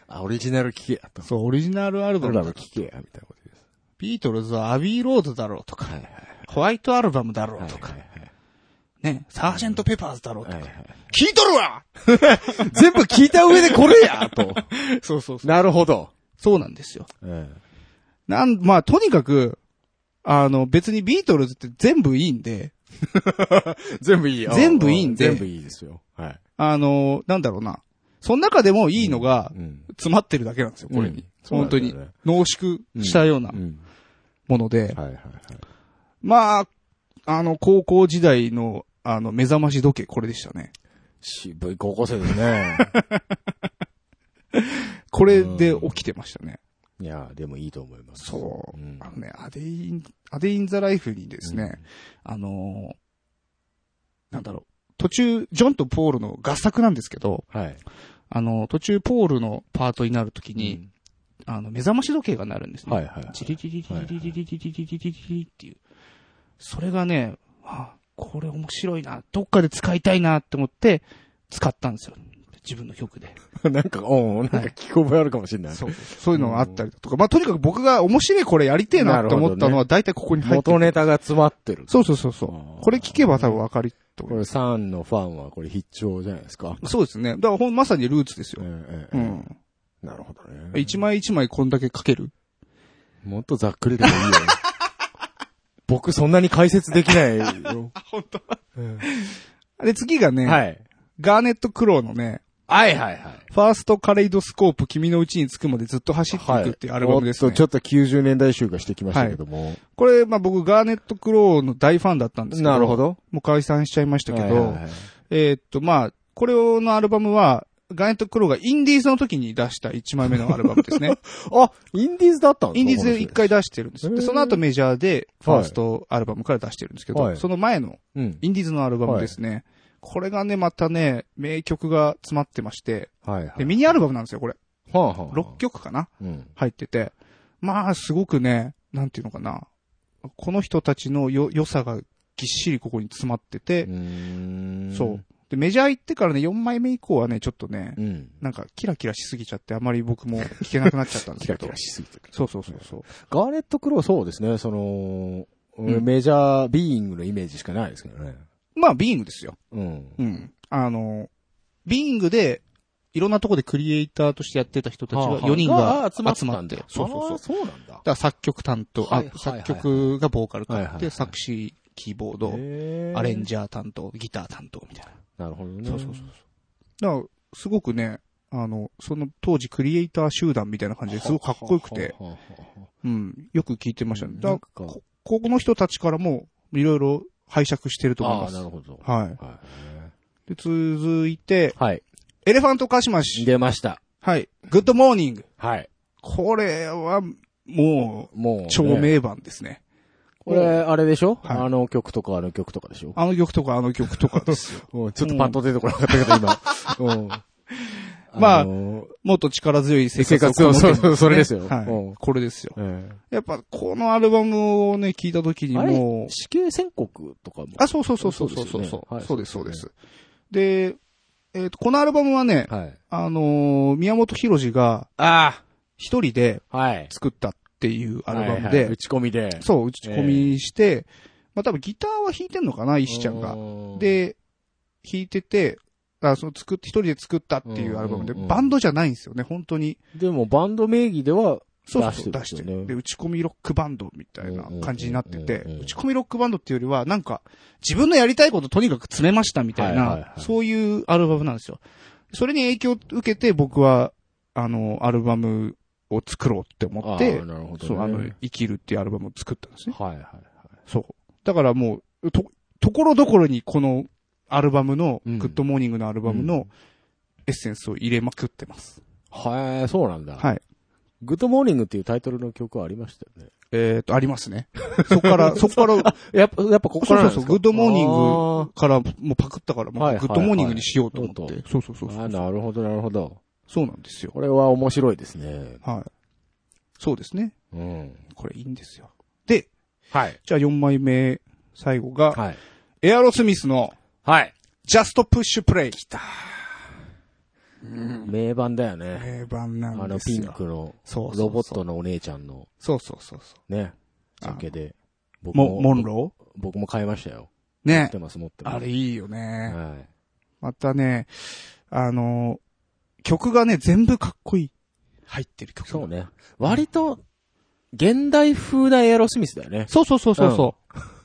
あ、オリジナル聞けやと。そう、オリジナルアルアバルムバだムと。聞けや、みたいなことです。ビートルズはアビーロードだろうとか、はいはいホワイトアルバムだろはうい。とか、はね、サージェントペパーズだろうとか、いはいはい。聞いとるわ全部聞いた上でこれ (laughs) やと。そうそうそう。なるほど。そうなんですよ。うん。なん、まあ、とにかく、あの、別にビートルズって全部いいんで、全部いいよ。全部いいんで全部いいですよ。はい。あの、なんだろうな。その中でもいいのがうん。詰まってるだけなんですよ、これうに。ん本当にそうなんだよね濃縮したようなうん。ものはで。いはいはい。まあ、あの、高校時代の、あの、目覚まし時計、これでしたね。渋い高校生です (laughs) ね。これで起きてましたね。いや、でもいいと思います。そう。うんあのね、アデイン、アデインザライフにですね、あのーなんだろう、途中、ジョンとポールの合作なんですけど、はい。あの、途中、ポールのパートになるときに、あの、目覚まし時計が鳴るんですね。はいはいはいチリチリチリチリチリチリチリチリチリっていう。それがね、あ、これ面白いな、どっかで使いたいなって思って、使ったんですよ。自分の曲で。うん。なんか、うん、なんか聞こ覚えあるかもしれない。そう。そういうのがあったりだとか。まあ、とにかく僕が面白いこれやりてえなって思ったのは、大体ここに入ってる元ネタが詰まってる。そうそうそうそあーう。これ聞けば多分わかりとこれ、サンのファンはこれ必聴じゃないですか。そうですね。だからほんまさにルーツですえよ。えうえん。えなるほどね。一枚一枚こんだけ書ける。もっとざっくりでもいいよ。僕そんなに解説できない (laughs) よ。で、次がね、はい。ガーネット・クローのね、はいはいはい。ファーストカレイドスコープ君のうちにつくまでずっと走っていくっていうアルバムですおね。っとちょっと90年代集がしてきましたけども。これ、まあ僕、ガーネット・クローの大ファンだったんですけど、なるほど。もう解散しちゃいましたけど、はいはいはいえーっと、まあ、これのアルバムは、ガーネット・クローがインディーズの時に出した1枚目のアルバムで (laughs) すね。あ、インディーズだったんですかインディーズで一。回出してるんですよ。で、へーその後メジャーで、ファーストアルバムから出してるんですけど、はいその前のこの人うん。インディーズのアルバムですね。これがね、またね、名曲が詰まってまして、はいはい。で、ミニアルバムなんですよ、これ。はあはあはあ6曲かなうん。入ってて。まあ、すごくね、なんていうのかな。この人たちのよ、良さがぎっしりここに詰まってうて、ーんそう。。で、メジャー行ってからね、4枚目以降はね、ちょっとね、うん。なんかキラキラしすぎちゃって、あまり僕も聞けなくなっちゃったんでキすけ (laughs) ラど。キラしすぎてる。そうそうそうそう。ガーレット・クローそうですね、その、うんメジャービーイングのイメージしかないですけどね。まあ、ビーイングですよ。うん。うん。あの、ビーイングで、いろんなとこでクリエイターとしてやってた人たちはあが、はあ4人が集まって。あそうそうそう。そうなだかんだ。ら作曲担当、あはいはいはい作曲がボーカルはい担はい当はいで、作詞、キーボード、へーアレンジャー担当、ギター担当みたいな。なるほどね。そうそうそうだから、すごくね、あの、その当時クリエイター集団みたいな感じですごくかっこよくて、はははは。うん、よく聞いてましたね。だなんか、からこここの人たちからも、いろいろ拝借してると思いあまあ、すな。るほど。は。はいで、続いて、い。はい。エレファントカシマシ。出ました。はい。グッドモーニング。はい。これは、ももうね、う、超名盤ですね。これ、あれでしょはいあの曲とかあの曲とかでしょあの曲とか、あの曲とか (laughs) ですよ。うんちょっとパッと出てこなかったけど、 (laughs) 今。うん。まあのもっと力強い生活生を活を、そうそう、それですよ。はうんい。これですよ。えやっぱ、このアルバムをね、聞いた時にあれもうえ、死刑宣告とかも。あ、そうそうそうそうそそううですそよねうそう、はいそうです、そうでそす。で、えっ、と、このアルバムはね、はい。あのー宮本浩次があ一人であはい。作ったっていうアルバムで、はいはい打ち込みで。そう、打ち込みして、まあ多分ギターは弾いてんのかな、石ちゃんが。うで、弾いてて、あその作っ一人で作ったっていうアルバムで、うんうんうんバンドじゃないんですよね、本当に。でもバンド名義では、そうそうそう、出出ししるててんですよねる。で、打ち込みロックバンドみたいな感じになってうんて、うんうんうん打ち込みロックバンドっていうよりは、なんか、自分のやりたいこととにかく詰めましたみたいな、はいはいはいそういうアルバムなんですよ。それに影響を受けて、僕は、あの、アルバムを作ろうって思あっあて、なるほどね。そう、あの、生きるっていうアルバムを作ったんですね。はいはいはい。そう。だからもう、と、ところどころにこのアルバムの、うんグッドモーニングのアルバムうのんエッセンスを入れまくってます。はい、そうなんだ。はい。グッドモーニングっていうタイトルの曲はありましたよね。えっ、と、ありますね。そこ (laughs) から、そこから、やっぱ、やっぱここそかうらそなですうんそう、かグッドモーニンあグからもうパクったから、もはういはいグッドモーニングにしようと思って。はいそうそうそうーそあう。なるほど、なるほど。そうなんですよ。これは面白いですね。はい。そうですね。うん。これいいんですよ。で、はい。じゃあ4枚目、最後が、はい。エアロスミスのはい。ジャストプッシュプレイ。来た。名盤だよね。定番なあんのですピンよ。クのそうそうそうロボットのお姉ちゃんのそうそうそうそね、あジのャケで。う。モモンーロ僕も買いましたよ。ー持っねて。ます、持ってます。あれいいよね。はい。またね、あの、曲がね、全部かっこいい。入ってる曲がそうね。割と、現代風なエアロスミスだよね。そうそうそうそうそ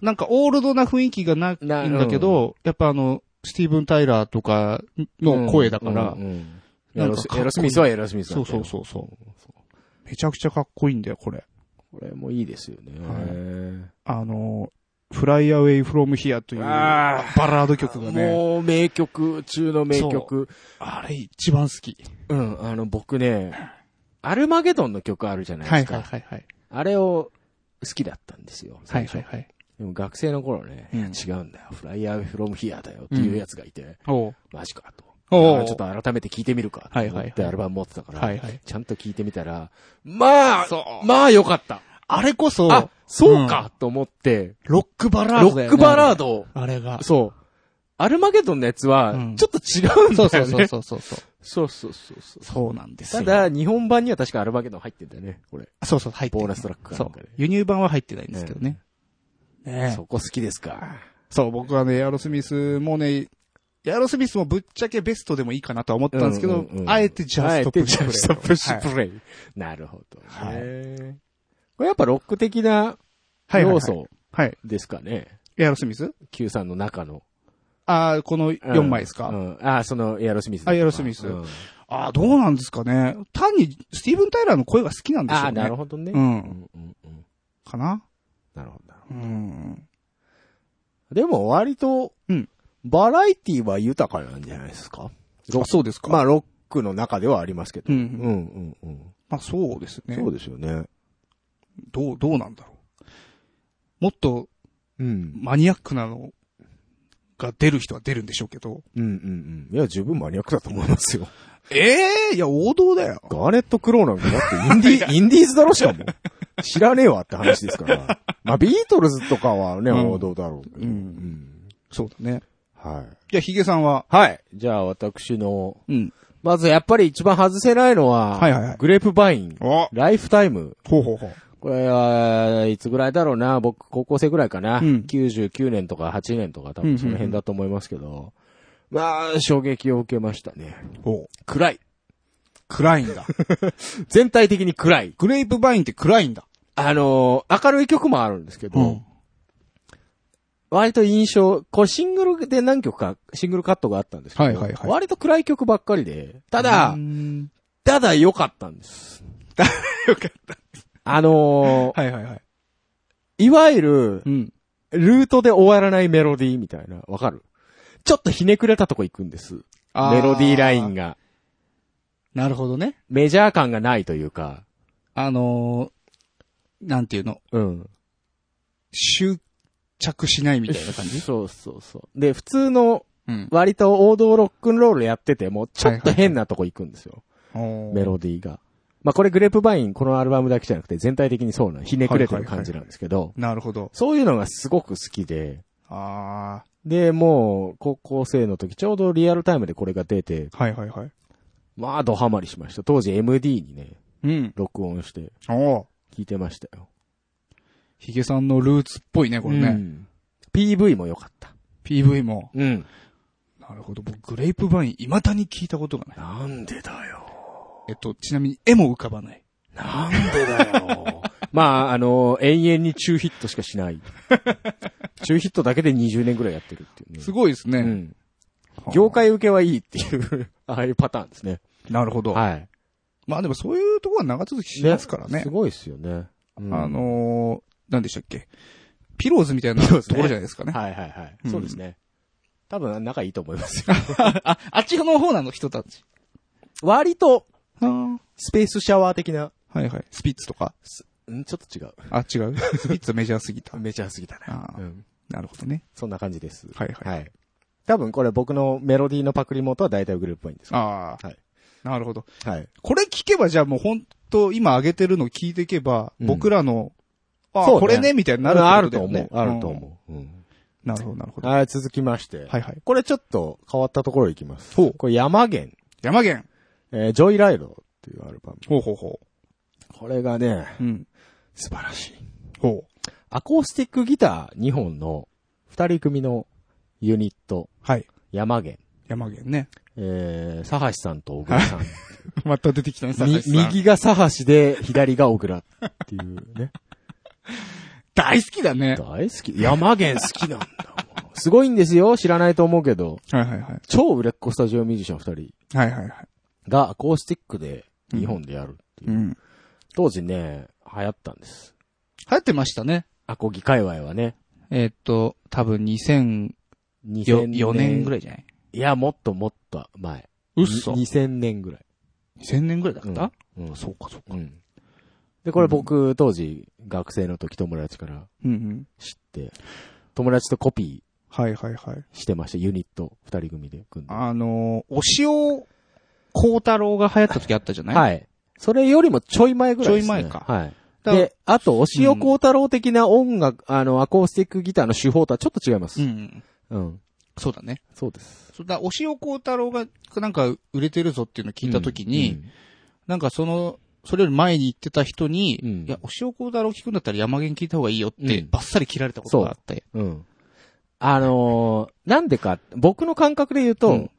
う。なんかオールドな雰囲気がないんなだけど、やっぱあの、スティーブン・タイラーとかの声だから、うんうんうんエなアんロかかスエアっこいいロスミスはエアロスミス。そうそうそううそう。めちゃくちゃかっこいいんだよ、これ。これもいいですよね。あの、フライアウェイフロムヒアというバあラード曲がね、もう名曲中の名曲。あれ一番好き。うん、あの僕ね、アルマゲドンの曲あるじゃないですか。いはい。あれを好きだったんですよ。は最い初はいはい。でも学生の頃ね、うんいや違うんだよ。フライヤーフロムヒアだよっていうやつがいて、おうマジかと。おうあーちょっと改めて聞いてみるか。はいはいはいってアルバム持ってたから、はいはい。ちゃんと聞いてみたら、まあ、そうまあよかった。あれこそ、あ、そうか、と思って、ロックバラーロドだよッね。クバラード。ドを、あれが。そう。アルマゲドンのやつはうん、ちょっと違うんだそよね。うそうそうそうそそう。うそうそうそう。そうなんですたよ。だ、日本版には確かアルマゲドン入ってんだよね、これ。そうそう、入ってるボーナストラックかそなんうかで。。輸入版は入ってないんですけどね。ねえそこ好きですか。そう、僕はね、エアロスミスもね、エアロスミスもぶっちゃけベストでもいいかなとは思ったんですけど、うんうんうんあえてジャストプッシュプレあえてイ。ジャストプッシュはいプレイ。なるほど、ね。はいこれやっぱロック的なはいはいはい要素はい。ですかね。エアロスミス Q さんの中の。ああ、この4枚ですか、うん。ああ、そのエアロスミスですか。あエアロスミスうんああ、どうなんですかね。単に、スティーブン・タイラーの声が好きなんでしょうあね。あ、なるほどね。う。うんんうんうんかななるほどなるほうん。ど。でも割とうん、バラエティは豊かなんじゃないですかあそうですか。まあ、ロックの中ではありますけど。うんううん。んうんうん。まあ、そうですね。そうですよね。どう、どうなんだろう。もっとうん。マニアックなのが出る人は出るんでしょうけど。うんうんうん。いや、十分マニアックだと思いますよ。ええいや、王道だよ。ガーレット・クローなんかだってインディー、インディーズだろしかも。知らねえわって話ですから。まあ、ビートルズとかはね、うん王道だろうけど。うんんそうだね。はい。じゃあ、ヒゲさんははい。じゃあ私の、うん。まずやっぱり一番外せないのは、はいはいはいグレープバイン、おライフタイム。ほうほうほう。これは、いつぐらいだろうな。僕、高校生ぐらいかな。うん99年とか8年とか、多分その辺だと思いますけど。まあ、衝撃を受けましたね。ほう。暗い。暗い (laughs) んだ。全体的に暗い。グレープバインって暗いんだ。あのー明るい曲もあるんですけど、うん。割と印象、これシングルで何曲か、シングルカットがあったんですけど、はいはいはい割と暗い曲ばっかりで、ただ、うんただ良かったんです。よかっあのーた。はいはいはい。 (laughs) いわゆるう、ん。ルートで終わらないメロディーみたいな、わかるちょっとひねくれたとこ行くんです。メロディーラインが。が、なるほどね。メジャー感がないというか、あのー、なんていうの、うん。執着しないみたいな感 (laughs) じそうそうそう。で、普通の、うん。割と王道ロックンロールやってても、ちょっと変なとこ行くんですよ。メメロディーが。まあ、これグレープバイン、このアルバムだけじゃなくて、全体的にそうな、ひねくれてる感じなんですけど、なるほど。そういうのがすごく好きで、あで、もう、高校生の時、ちょうどリアルタイムでこれが出て、ー。はいはいはい。まあ、ドハマりしました。当時 MD にね、うん。録音して、おー聴いてましたよ。ヒゲさんのルーツっぽいね、これね。うん。PV も良かった。 PV も。うん。なるほど。僕、グレープバイン、未だに聞いたことがない。なんでだよ。えっと、ちなみに、絵も浮かばない。なんでだ (laughs) よ。まあ、あの、永遠に中ヒットしかしない。中ヒットだけで20年ぐらいやってるっていうね。すごいですね。うん。はあ業界受けはいいっていう、 (laughs) ああいうパターンですね。なるほど。はい。まあでもそういうところは長続きしますからね。すごいですよね。うんあ、のー、なんでしたっけ。ピローズみたいなピとローこズねろじゃないですかね。はいはいはい、うんそうですね。多分仲いいと思いますよ。 (laughs) あ、あっちの方なの人たち。割と、あースペースシャワー的な。はいはい。スピッツとか。んちょっと違う。あ、違う。スピッツはメジャーすぎた。めちゃすぎたね。あーうん。なるほどね。そんな感じです。はいはい。はい。多分これ僕のメロディーのパクリ元は大体グループっぽいんですああ、はいなるほど。はい。これ聞けばじゃあもうほん、と今上げてるの聞いていけば、うん僕らの、あ、そうねこれね、みたいになるあるってとことだよ思ねう。あると思う。うんうん。なるほど、なるほど。ははい、続きまして。いはい。これちょっと変わったところいきます。ほうこれ山源、山源。えージョイライドっていうアルバム。ほうほうほこれがね、う。うん。素晴らしい。ほう。アコースティックギター2本の2人組のユニット、はい。山源、山源ね。 (laughs) えー、サハシさんと小倉さん。また出てきたね、み坂井さん。右がサハシで、左が小倉っていう (laughs) ね。大好きだね。大好き。山源好きなんだもん。すごいんですよ。知らないと思うけど。はいはいはい。超売れっ子スタジオミュージシャン2人はいはいはい。がアコースティックで日本でやるっていう。うん。流当時ね、流行ったんです。行ってましたね。アコギ界隈はね。えーっと、多分2004 2000 4年ぐらいじゃないいや、もっともっと前。う2000年ぐらい。 ?2000 年ぐらいだった、うんそうかそうか。うん。で、これ僕、当時、学生の時友達からうんうん。知って、友達とコピはいはいはい。ーしてました。ユニット、二人組で組んで。あのー、お塩孝太郎が流行った時あったじゃないい。はい。それよりもちょい前ぐらいですね。ちょい前かはい。だからで、あと、押尾幸太郎的な音楽、あの、アコースティックギターの手法とはちょっと違いまうす。んうん。うん。そうだね。そうです。そうだ、お塩孝太郎がなんか売れてるぞっていうのを聞いた時に、なんかその、それより前に言ってた人に、うんいや、お塩孝太郎聞くんだったら山源聞いた方がいいよって、うんばっさり切られたことがあって。うん、うん。あのーなんでか、僕の感覚で言うと、うん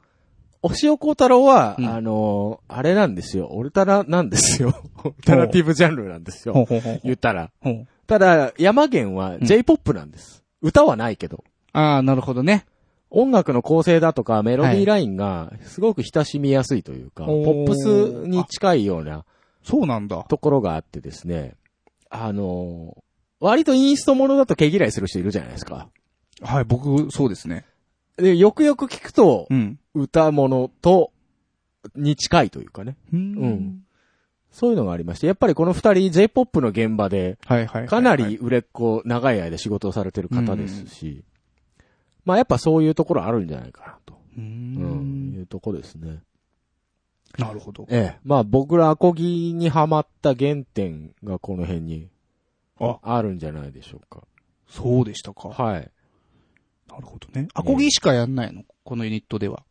押尾幸太郎は、うんあのーあれなんですよ。オルタナなんです (laughs) よ。オルタナティブジャンルなんですほよう。ほうほう言ったら。ほう。ただ、山源は J-POP なんです。歌はないけど。ああ、なるほどね。音楽の構成だとかメロディーラインがすごく親しみやすいというか、おーポップスに近いようなそうなんだ。ところがあってですね、あのー割とインストものだと毛嫌いする人いるじゃないですか。はい、僕、そうですね。で、よくよく聞くと、うん。歌物と、に近いというかね。ううん。そういうのがありまして、やっぱりこの二人 J-POP の現場で、はいはいはいはい。かなり売れっ子、長い間仕事をされてる方ですし、まあやっぱそういうところあるんじゃないかなと。うーうん、ん。いうとこですね。なるほど。ええ。まあ僕らアコギにハマった原点がこの辺にあ、あるんじゃないでしょうか。そうでしたか。はい。なるほどね。アコギしかやんないのこのユニットでは。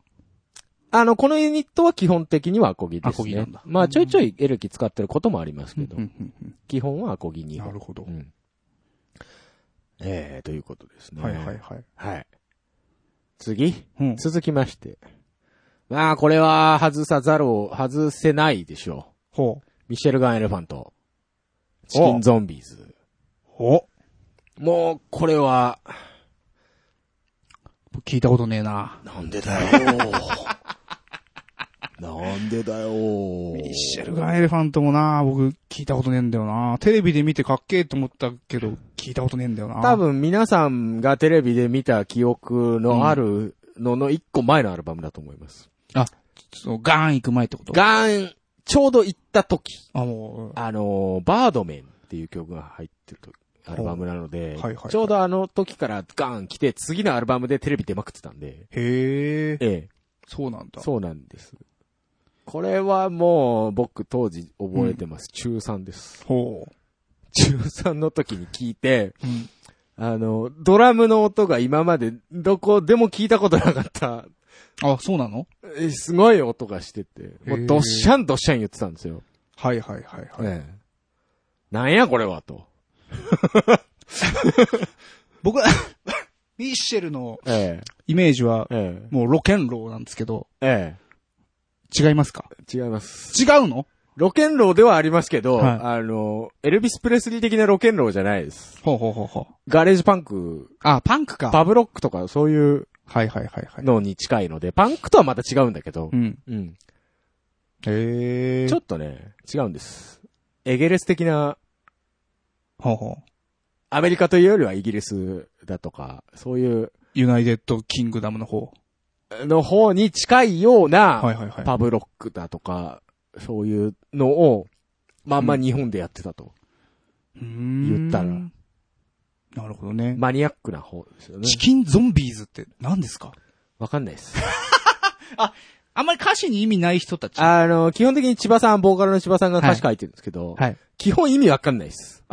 あの、このユニットは基本的にはアコギですね。アコギなんだまあちょいちょいエレキ使ってることもありますけど、うんうんうん基本はアコギに。なるほどう。ん。ええということですね。はいはい。はい。はい。次うん。続きまして。まあ、これは外さざるを、外せないでしょほう。ミシェルガン・エレファント。チキン・ゾンビーズ。う。おもう、これは、聞いたことねえな。なんでだよ。 (laughs) なんでだよ。ミッシェルガンエレファントもな、僕聞いたことねえんだよな。テレビで見てかっけえと思ったけど、聞いたことねえんだよな。多。分皆さんがテレビで見た記憶のあるのの一個前のアルバムだと思います。そのガーン行く前ってことガーン、ちょうど行った時。あ、もあのーバードメンっていう曲が入ってるとアルバムなので、はいはいはいちょうどあの時からガン来て、次のアルバムでテレビ出まくってたんで、う。へええ。え、そうなんだ。そうなんです。これはもう僕当時覚えてます。中3です。 (laughs) ほう。中3の時に聞いて、うんあの、ドラムの音が今までどこでも聞いたことなかった、あ、そうなのえすごい音がしてて、もうドッシャンドッシャン言ってたんですよ。はいはいはいはい。ええなんやこれはと。僕、 (laughs) ミッシェルのえイメージはえ、えもうロケンローなんですけど、ええ違いますかえ、違います。違うのロケンローではありますけど、はいあの、エルビス・プレスリー的なロケンローじゃないです。ほうほうほうほう。ガレージパンク、あ、パンクか。パブロックとかそういうはいはいはいはい。のに近いので、パンクとはまた違うんだけどう、ん。うん。へえ。ちょっとね、違うんです。エゲレス的な、ほうほう。アメリカというよりはイギリスだとか、そういう、ユナイテッドキングダムの方。の方に近いようはいな、はいはい。パブロックだとか、そういうのを、まんま日本でやってたと。うーん言ったらなるほどね。マニアックな方ですよね。チキンゾンビーズって何ですかわかんないです。あんまり歌詞に意味ない人たち。あの、基本的に千葉さん、ボーカルの千葉さんが歌詞書いてるんですけど、はい。基本意味わかんないです。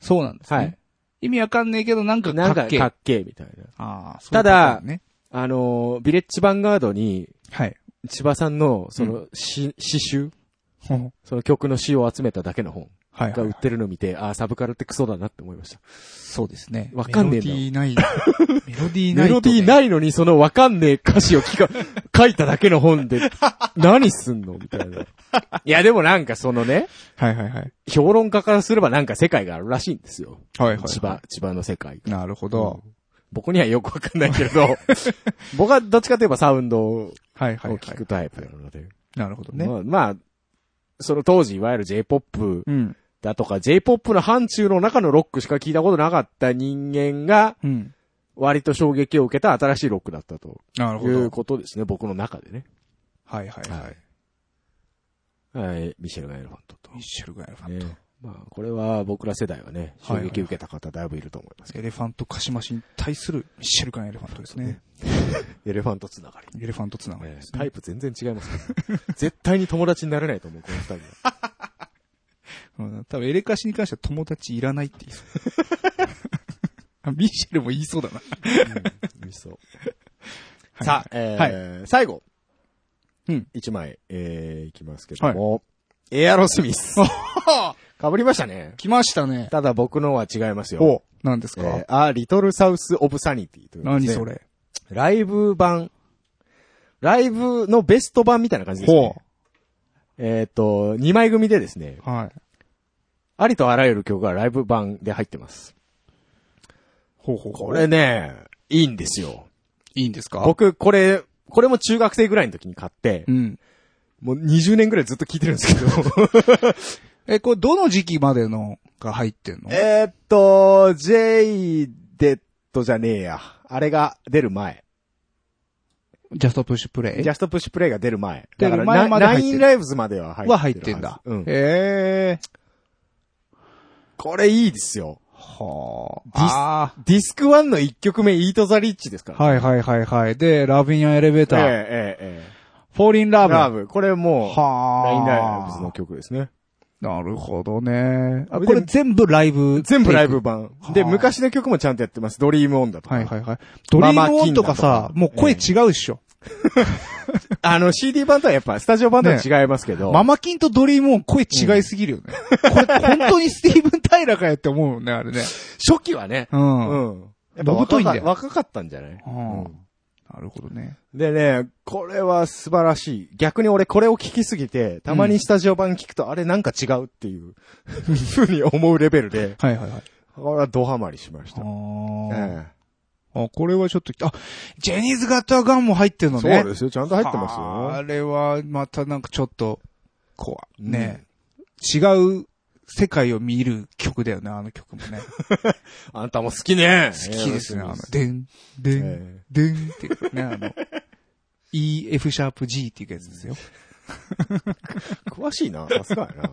そうなんですね。はい意味わかんねえけど、なんかなかんか、っけえかっけえみたいな。ああ、ただそういうこあの、ビレッジヴァンガードに、とね、千葉さんの、その、詩、詩集 (laughs) はい。ほその曲の詩を集めただけの本はいが売ってるの見て、ああ、サブカルってクソだなって思いました。そうですね。わかんねえんだメロディー (laughs) ない。メロディーない。メロディーないのに、そのわかんねえ歌詞を聞か、 (laughs) 書いただけの本で、何すんのみたい (laughs) な。いや、でもなんかそのね、はいはいはい。評論家からすればなんか世界があるらしいんですよ。はいはい。千葉、千葉の世界。なるほど。僕にはよくわかんないけれど、 (laughs) 僕はどっちかといえばサウンドをはいはいはい聞。くタイプなので。なるほどね。まあ、まあ、その当時、いわゆる J-POP うん。だとか、J-POP の範疇の中のロックしか聞いたことなかった人間が、うん。割と衝撃を受けた新しいロックだったとなるいほうど。ことですね、僕の中でね。はいはいははい、ミシェル・ガエルファントとい。ミ。ッシェルガエルファント。ね、まあ、これは僕ら世代はね、衝はいはい撃を受けた方だいぶいると思いますけエレファントカシマシに対するミッシェルガエルファントですね。ど、エレファントつながり。エレファントつながりですタね。イプ全然違いますからね (laughs) 絶対に友達になれないと思う、この二人は。うん多分エレカシに関しては友達いらないって言いそう。 (laughs) ミッシェルも言いそうだな。うんそうは (laughs) いさあ、えー最後。うん一枚、えー、いきますけども。エアロスミス。かぶりましたね。来ましたね。ただ僕のは違いますよ。お、何ですえか、ー、あ、リトルサウス・オブ・サニティという、何そ。れライブ版。ライブのベスト版みたいな感じですねほ。えっ、と、2枚組でですね、う。はい。ありとあらゆる曲がライブ版で入ってます。ほうほうほう。これね、いいんですよ。いいんですか僕、これ、これも中学生ぐらいの時に買って、うん。もう20年ぐらいずっと聴いてるんですけど。え、これどの時期までのが入ってん (laughs) のえーっと、J デッドじゃねえや。あれが出る前。ジャストプッシュプレイジャストプッシュプレイが出る前。出だるから前までナ入ってイるンライブズまでは入ってるはず。は入ってんだ。うん。ええこれいいですよ。はディスあ。ディスク1の1曲目、イートザリッチですから。はいはいはいはい。で、ラビニアエレベータええー。えええフォーリンラえ。ブ。ラブ。これもう、はあ。ナインライブズの曲ですね。なるほどね。あ、でこれ全部ライブ。全部ライブ版。で、はあ昔の曲もちゃんとやってます。ドリームオンだとか。はいはいはい。ドリームオンとママキンだかさと、かもう声違うっしょ。あの、CD 版とはやっぱ、スタジオ版とは違いますけど。ママキンとドリームオン声違いすぎるよね。これ本当にスティーブン・タイラかよって思うよね、あれね。初期はね。う。うんん。やっぱのぶと若いんかだよ若かったんじゃないうんうんなるほどね。でね、これは素晴らしい。逆に俺これを聞きすぎて、たまにスタジオ版聞くと、あれなんか違うっていう、 (laughs) ふうに思うレベルで、はいはいはい。これはドハマりしました。あえーあ、これはちょっと、あ、ジェニーズ・ガッター・ガンも入ってんえのそね。うですよ。ちゃんと入ってますあーあよ。れは、またなんかちょっと、こう、うんね、違う世界を見る曲だよね、あの曲もね。あんたも好きね。好きですね、えあえの、でん、でん、えでんっていうね、あの、E, F シャープ G っていうやつですよ。え詳しいな。さすがやな。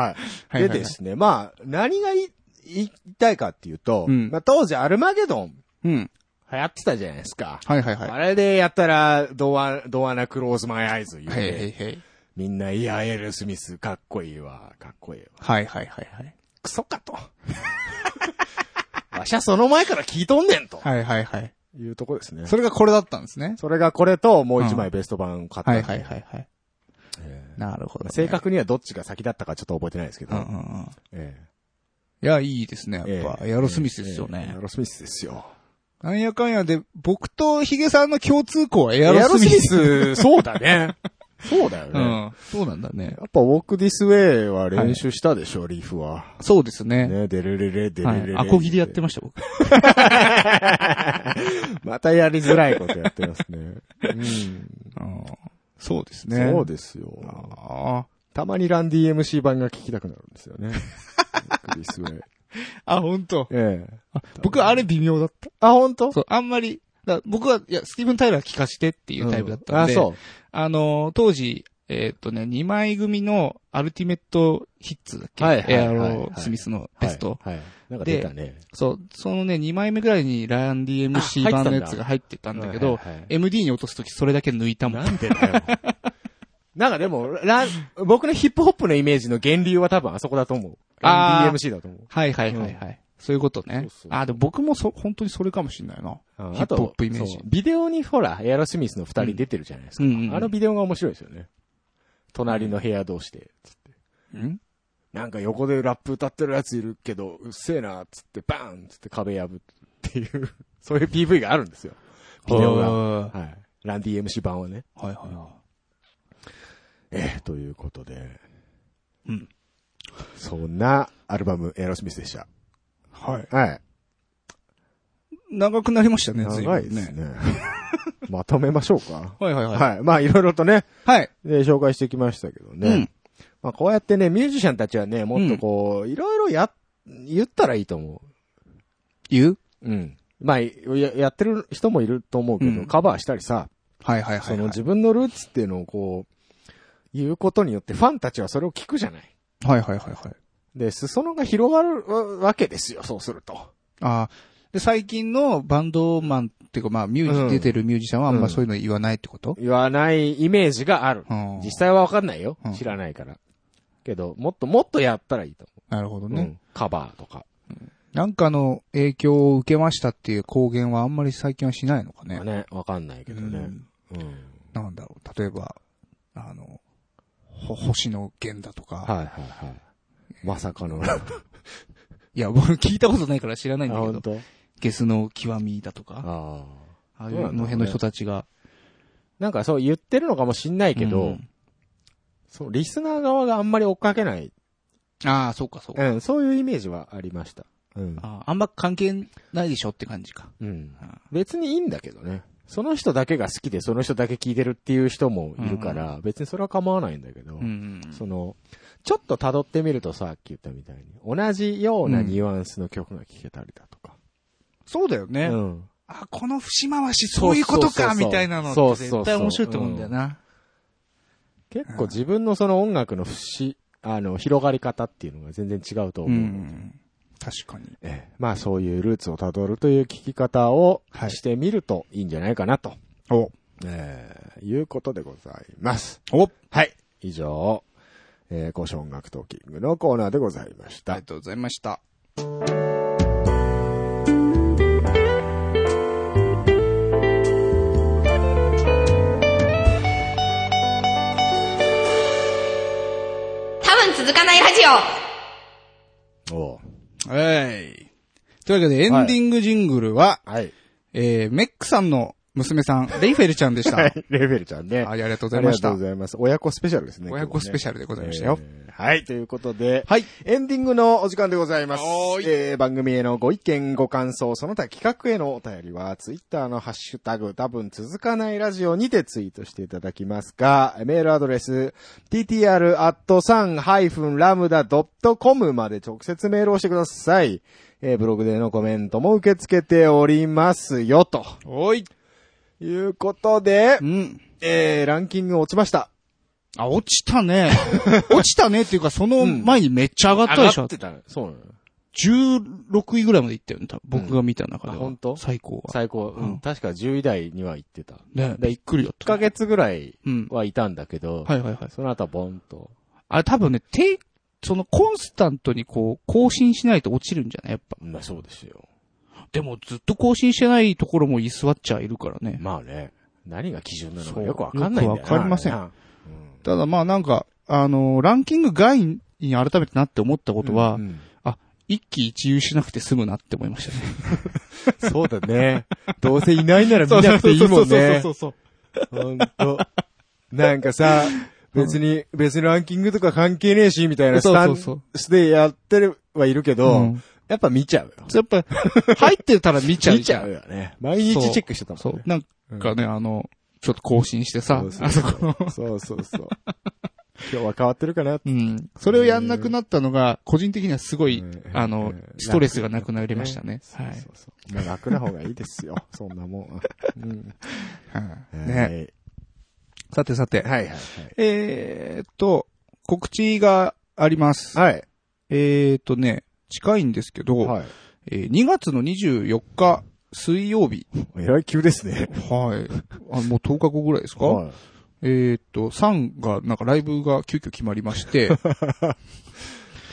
はい。はいはいではいですね、まあ、何がい言いたいかっていうと、うんまあ、当時アルマゲドンうん。流行ってたじゃないですか。はいはいはい。あれでやったら、ドア、ドアナクローズマイアイズ言うはいはいて、はい。みんな、いや、エル・スミス、かっこいいわ、かっこいいわ。はいはいはいはい。クソ (laughs) かと。わしゃその前から聞いとんねんと。はいはいはい。いうとこですね。それがこれだったんですね。それがこれともう一枚うベスト版を買った。はいはいはいはい。えなるほど、えね。正。確にはどっちが先だったかちょっと覚えてないですけど。うんうんうん。えいや、いいですね、えやっぱ。ええエアロスミスですよええエねア。ロスミスですよ。なんやかんやで、僕とヒゲさんの共通項はエエアアロロススミミス。ス、そうだね。そうだよね。うん。 (laughs) そうなんだねや。っぱ、ウォークディスウェイは練習したでしょ、リーフは。そうですね。ね、デレレレ、デレレレ。アコギでやってました、僕。 (laughs) またやりづらいことやってますね。うん。そうですね。そうですよ。あたまにラン DMC 版が聞きたくなるんですよ (laughs) ね。クリスウェイ。ーあ、本当。ええ。僕、あれ微妙だった。あ、本当そう、あんまり、だ僕は、いや、スティーブン・タイラー聞かしてっていうタイプだったんで、あ、そう。あのー、当時、えーっとね、2枚組のアルティメットヒッツだっけ、はいはいはいはいエアロスミスのベスト。はい。はいなんか出たね。そう、そのね、2枚目ぐらいにライアンあ入 DMC ってたん版だのやつが入ってたんだけど、はいはいはい MD に落とすときそれだけ抜いたもん。なんでだよ。なんかでも、ラ僕のヒップホップのイメージの源流は多分あそこだと思う。あー DMC だと思う。はいはいはいはい。そういうことね。そうそうあ、でも僕もそ、本当にそれかもしんないな。あヒップホップイメージそうビデオにほら、エアロスミスの二人出てるじゃないですか。うんうんうんあのビデオが面白いですよね。隣の部屋同士で。んなんか横でラップ歌ってるやついるけど、うっせえな、つってバーンつって壁破るっていう、 (laughs) そういう PV があるんですよ。ビデオが。ははい。ランディ MC 版はね。いはいはええということで。うん。そんなアルバム、エアロスミスでした。い。はい。はい。長くなりましたね、随分長いです。ね。 (laughs) まとめましょうか。はいはいはい。はい。まあ、いろいろとね、はい。で紹介してきましたけどね。うんまあ、こうやってね、ミュージシャンたちはね、もっとこう、いろいろや、言ったらいいと思言うう。うん。まあ、ややってる人もいると思うけど、うんカバーしたりさ、はいはいはそいのはい。自分のルーツっていうのをこう、言うことによってファンたちはそれを聞くじゃない。はいはいはいはい。で、裾野が広がるわけですよ、そうすると。ああ。で、最近のバンドマンっていうか、まあ、ミュージ、うん出てるミュージシャンはあんうまんそういうの言わないってこと、言わないイメージがある。うん、実際はわかんないようん。知らないから。けど、もっともっとやったらいいとなるほど思う。うね、んカバーとか。なんかの影響を受けましたっていう公言はあんまり最近はしないのかね。ね、わかんないけどうね。んうんなんだろう。例えば、あの、ほ星野源だとか。はいはいはい。まさかの。いや、僕聞いたことないから知らないんだけ本ど。当ゲスの極みだとか。ああ。ああいどううなんだろうねの辺の人たちが。なんかそう言ってるのかもしんないけど、うんそう、リスナー側があんまり追っかけない。ああ、そうかそうか。うん、そういうイメージはありました。うん。あああんま関係ないでしょって感じか。うんあ。別にいいんだけどね。その人だけが好きで、その人だけ聞いてるっていう人もいるから、別にそれは構わないんだけど、うん。その、ちょっと辿ってみるとさ、っき言ったみたいに、同じようなニュアンスの曲が聴けたりだとか。そうだよね。うんあ、この節回し、そういうこそとうそうか、そうみたいなのそうっそてうそう絶対面白いと思うんだよな。結構自分のその音楽の節、あの、広がり方っていうのが全然違うとう思う。ん。確かに。ええまあそういうルーツをたどるという聞き方をはいしてみるといいんじゃないかなと、お、ええいうことでございます。お、はい。以上、えー、古書音楽トーキングのコーナーでございましありたが。とうございました。多分続かないラジおうはい。というわけで、エンディングジングルは、はい。えー、メックさんの娘さん、 (laughs) レイフェルちゃんでした。ははいい。レベルちゃんね。ありがとうござあいりまがしとうたご。ざいます。親子スペシャルですね。親子スペシャルャルでございましたよ。はい。ということで、はい。エンディングのお時間でございますは。ーいえー、番組へのご意見、ご感想、その他企画へのお便りは、ツイッターのハッシュタグ、多分続かないラジオにてツイートしていただきますか、メールアドレス、ttr.san-lambda.com まで直接メールをしてください。えー、ブログでのコメントも受け付けておりますよ、とおい。いうことでう、ん。えー、ランキング落ちました。あ、落ちた (laughs) ね。落ちたねっていうか、その前にめっちゃ上がったでしょ。たそうなの16位ぐらいまで行ったよね、多う分ん僕が見た中では。あ本当最高は。最高。う、うんん確か10位台には行ってた。ね、でびっくりだっ1た。ヶ月ぐらいうん。はいたんだけど、はいはいはい。その後はボンと。あれ多分ね、て、そのコンスタントにこう、更新しないと落ちるんじゃないやっぱ。まあそうですよ。でもずっと更新してないところも居座っちゃいるからね。まあね。何が基準なのそかうよくわかんないんだよなよくわかりませんあれなただまあなんか、あのーランキング外に改めてなって思ったこうとんは、うん一喜一憂しなくて済むなって思いました (laughs) ね。そうだね。どうせいないなら見なくていいもんねそ。うそうそうそうそうほんと。なんかさ、別に、別にランキングとか関係ねえし、みたいなスタそンうそうスでやってはいるけうどん、やっぱ見ちゃうよ。そう。やっぱ、入ってたら見ちゃう。見ちゃう。よね。毎日チェックしてたもそんねう。。なんかね、あの、ちょっと更新してさそう、そうあ (laughs) そこの。そうそうそう。今日は変わってるかなってうん。それをやんなくなったのが、個人的にはすごい、あの、ストレスがなくなりましたね。そうはそうそう。ま (laughs) あ楽な方がいいですよ。そんなもんは。うん。い。はい。はね。い。さてさて。はいはいえーっと、告知があります。はい。えーっとね、近いんですけど、はい。はえー2月の24日、水曜日。い。えらい急ですね。はい。あもう10日後ぐらいですか、はいえーっと、サンが、なんかライブが急遽決まりまして、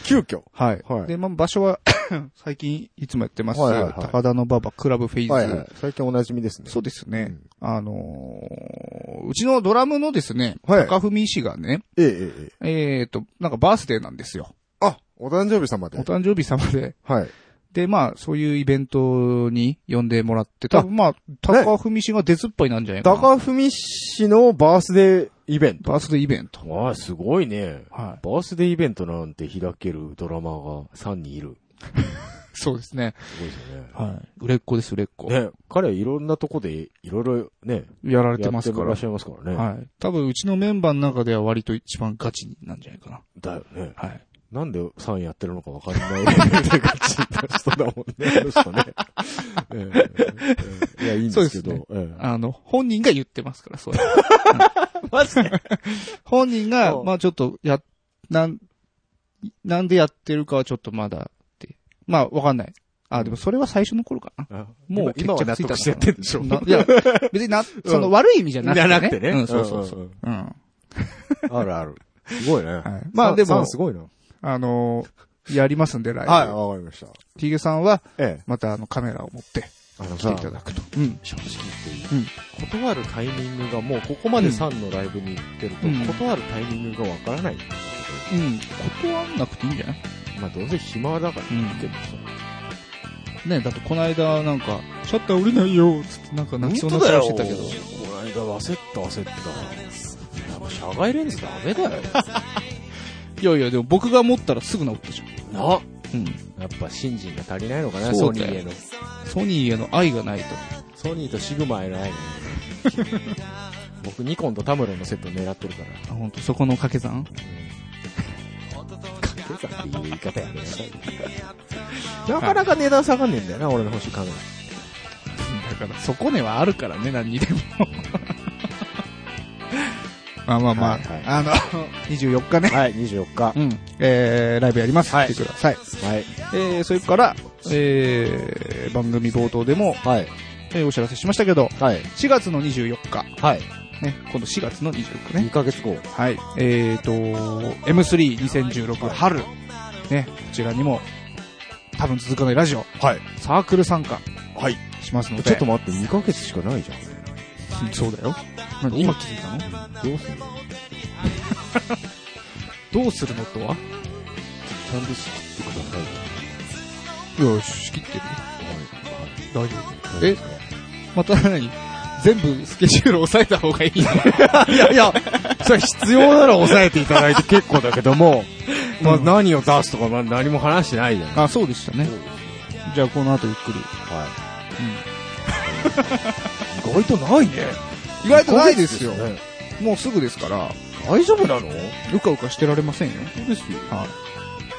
急遽。はい。 (laughs) はいで、まあ、場所は、 (coughs) 最近いつもやってます、はいはいはい高田の馬場クラブフェイズ。はいはい。最近おなじみですね。そうですね。あのーうちのドラムのですね、はい高文氏がね、ええええええ。えーっと、なんかバースデーなんですよ。あ、お誕生日様でお。誕生日様で、はい。で、まあ、そういうイベントに呼んでもらって、多分まあ、高文氏が出ずっぱいなんじゃないかな。高文氏のバースデーイベント。バースデーイベント。わあ、すごいね。はバースデーイベントなんて開けるドラマーが3人いる。い。そうですね。すごいですよね。はい。売れっ子です、売れっ子。ね、彼はいろんなとこでいろいろね、やられやてまってすかららっし。ゃいますからね。はい。多分、うちのメンバーの中では割と一番ガチなんじゃないかな。だよね。はい。なんで3やってるのかわかんない (laughs) レベルでガチな人だもんね、あの人 (laughs) ね。ええええいや、いいんですけど。そうええあの、本人が言ってますから、それ。マジで本人が、まあちょっと、や、なん、なんでやってるかはちょっとまだって。まあ、わかんない。あ、でもそれは最初の頃かな。あもう今今は納決着ついた得のかなしてやってんでしょ。ないや、別にな、その悪い意味じゃなくて、ね。じゃなくてねうん、そうそうそう。うんうん。あるある。すごいね。はいまあでさもん、すごいな。あのーやりますんで、来はい、はわかりました。い。ティゲさんは、ええ。またあの、カメラを持ってあの来ていただくと。うん。正直言っうんていい、断るタイミングがもうここまで3のライブに行ってると、うん断るタイミングがわからない。うん。断んなくていいんじゃないまあどうせ暇だから行くけどさ。ねだってこの間なんか、シャッター降りないよ、つってなんか泣きそうな顔してたけど。この間焦った焦った。やっぱ社外レンズダメだよ。 (laughs) いやいや、でも僕が持ったらすぐ治ったじゃん。なうん。やっぱ新人が足りないのかな、そソうニだーよへの。ソニーへの愛がないと。ソニーとシグマへの愛がね (laughs) 僕ニコンとタムロンのセット狙ってるから。あ、ほんと、そこの掛け算掛け算っていう言い方やめなさい。なかなか値段下がんねえんだよな、俺の欲しいカメラ。だから、そこねはあるからね、何にでも。 (laughs) まあまあまあ、はいはいあの、24日ね。はい、24日。はうん。えー、ライブやります。はい来てください。い。えー、それから、えー、番組冒頭でも、はい。えーお知らせしましたけど、はい。 4月の24日。はい。ね、今度4月の24日ね。 2ヶ月後。はい。えーと、M32016 春。ね、こちらにも、多分続かないラジオ、はい。サークル参加はい。しますので。ちょっと待って、2ヶ月しかないじゃうんそうだよ。なんで今気づいたのん。どうすんのどうするのとはちゃんと仕切ってくださいよ。いや、仕切ってる。は大丈夫。い。えまた何全部スケジュール抑えた方が (laughs) いいのいやいや、それ必要なら抑えていただいて結構だけども、まあ何を出すとか、まあ何も話してないじゃない。あ、そうでしたね。じゃあこの後ゆっくり。はうい。意外とないね。ん。意外とないですよ。ねもうすぐですから、大丈夫なのうかうかしてられませんよ。そうですよ。は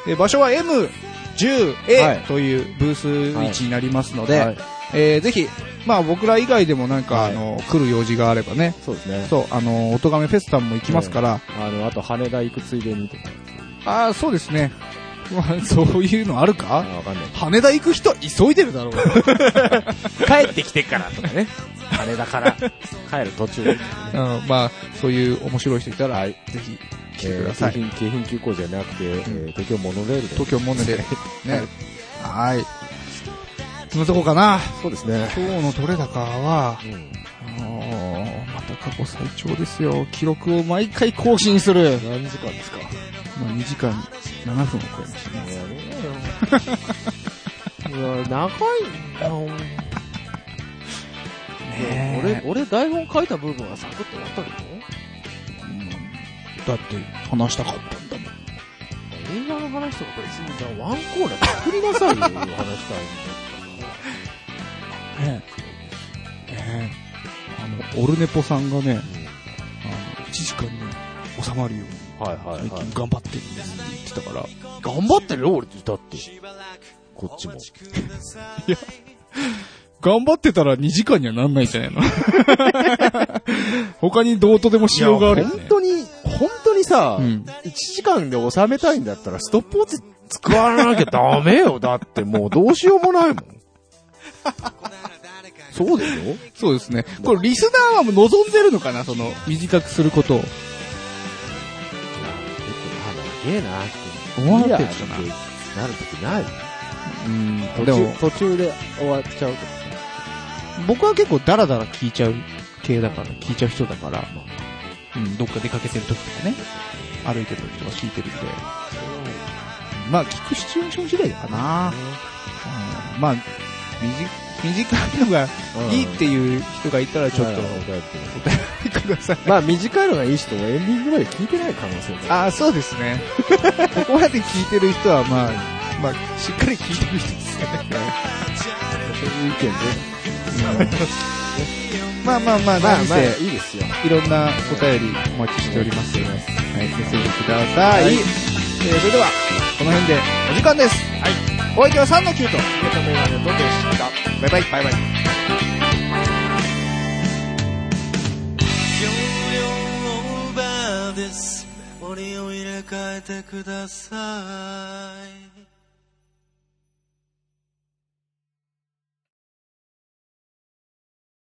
い。で、場所は M10A、はいというブース位置になりますので、はいえーぜひ、まあ僕ら以外でもなんか、はいあの、来る用事があればね、そうですね。そう、あの、おとがめフェスタも行きますから、あの、あと羽田行くついでにとか。ああ、そうですね。 (laughs) まあ、そういうのあるあ、かわかんない。羽田行く人急いでるだろう。帰ってきてからとかね。 (laughs) 羽田から。帰る途中で。うん、まあ、そういう面白い人いたら、ぜひ来てください。えー京浜京浜急行じゃなくて、えー東京モノレールで。東京モネで。ね。はい。そのとこかな。そうですね。今日の取れ高は、うん。あのーまた過去最長ですよ。記録を毎回更新する。何時間ですかまあ、2時間7分を超えましたね。 (laughs) うわ、長いな俺ね、俺台本書いた部分はサクッと終わったけどだって話したかったんだもん。映画の話とか別にさ、ワンコーナー作りなさいよ、話したいねえ。ねえ。あの、オルネポさんがね、あの、1時間に収まるようにはいは最近頑張ってるんですって言ってたから、頑張ってるよ、俺だって。こっちも。 (laughs) 頑張ってたら2時間にはなんないんじゃないの他 (laughs) 他にどうとでもしようがあるよ本ね。当に、本当にさ、うん1時間で収めたいんだったら、ストップウォッチ使わなきゃダメよ。だってもうどうしようもないもん。 (laughs) そうでしょそうですね。これ、リスナーはもう望んでるのかなその、短くすることを。結構、長えな思わなかったいやつだなやってなる時ない。うん途で中も、途中で終わっちゃうとか僕は結構ダラダラ聞いちゃう系だから、聞いちゃう人だから、うん、どっか出かけてる時とかね、歩いてる時とか聞いてるんで。まあ、聞くシチュエーション次第かな。うん、まあ、短いのがうんいいっていう人がいたらちょっと、だからお便りください。まあ短いのがいい人はエンディングまで聞いてない可能性もある。ああ、そうですね。 (laughs) ここまで聞いてる人は、まあ、まあ、しっかり聞いてる人ですよね。そういう意見で。まあまあまあ、まあ何せ、まあ、いいいですよ。ろんなお便りお待ちしております。はい、メッセージください。はいえー、それでは、この辺でお時間です。はい。お相手は3の9と、ネタメガネとでした。バイバイ、バイバイ。容量オーバーですメモリを入れ替えてください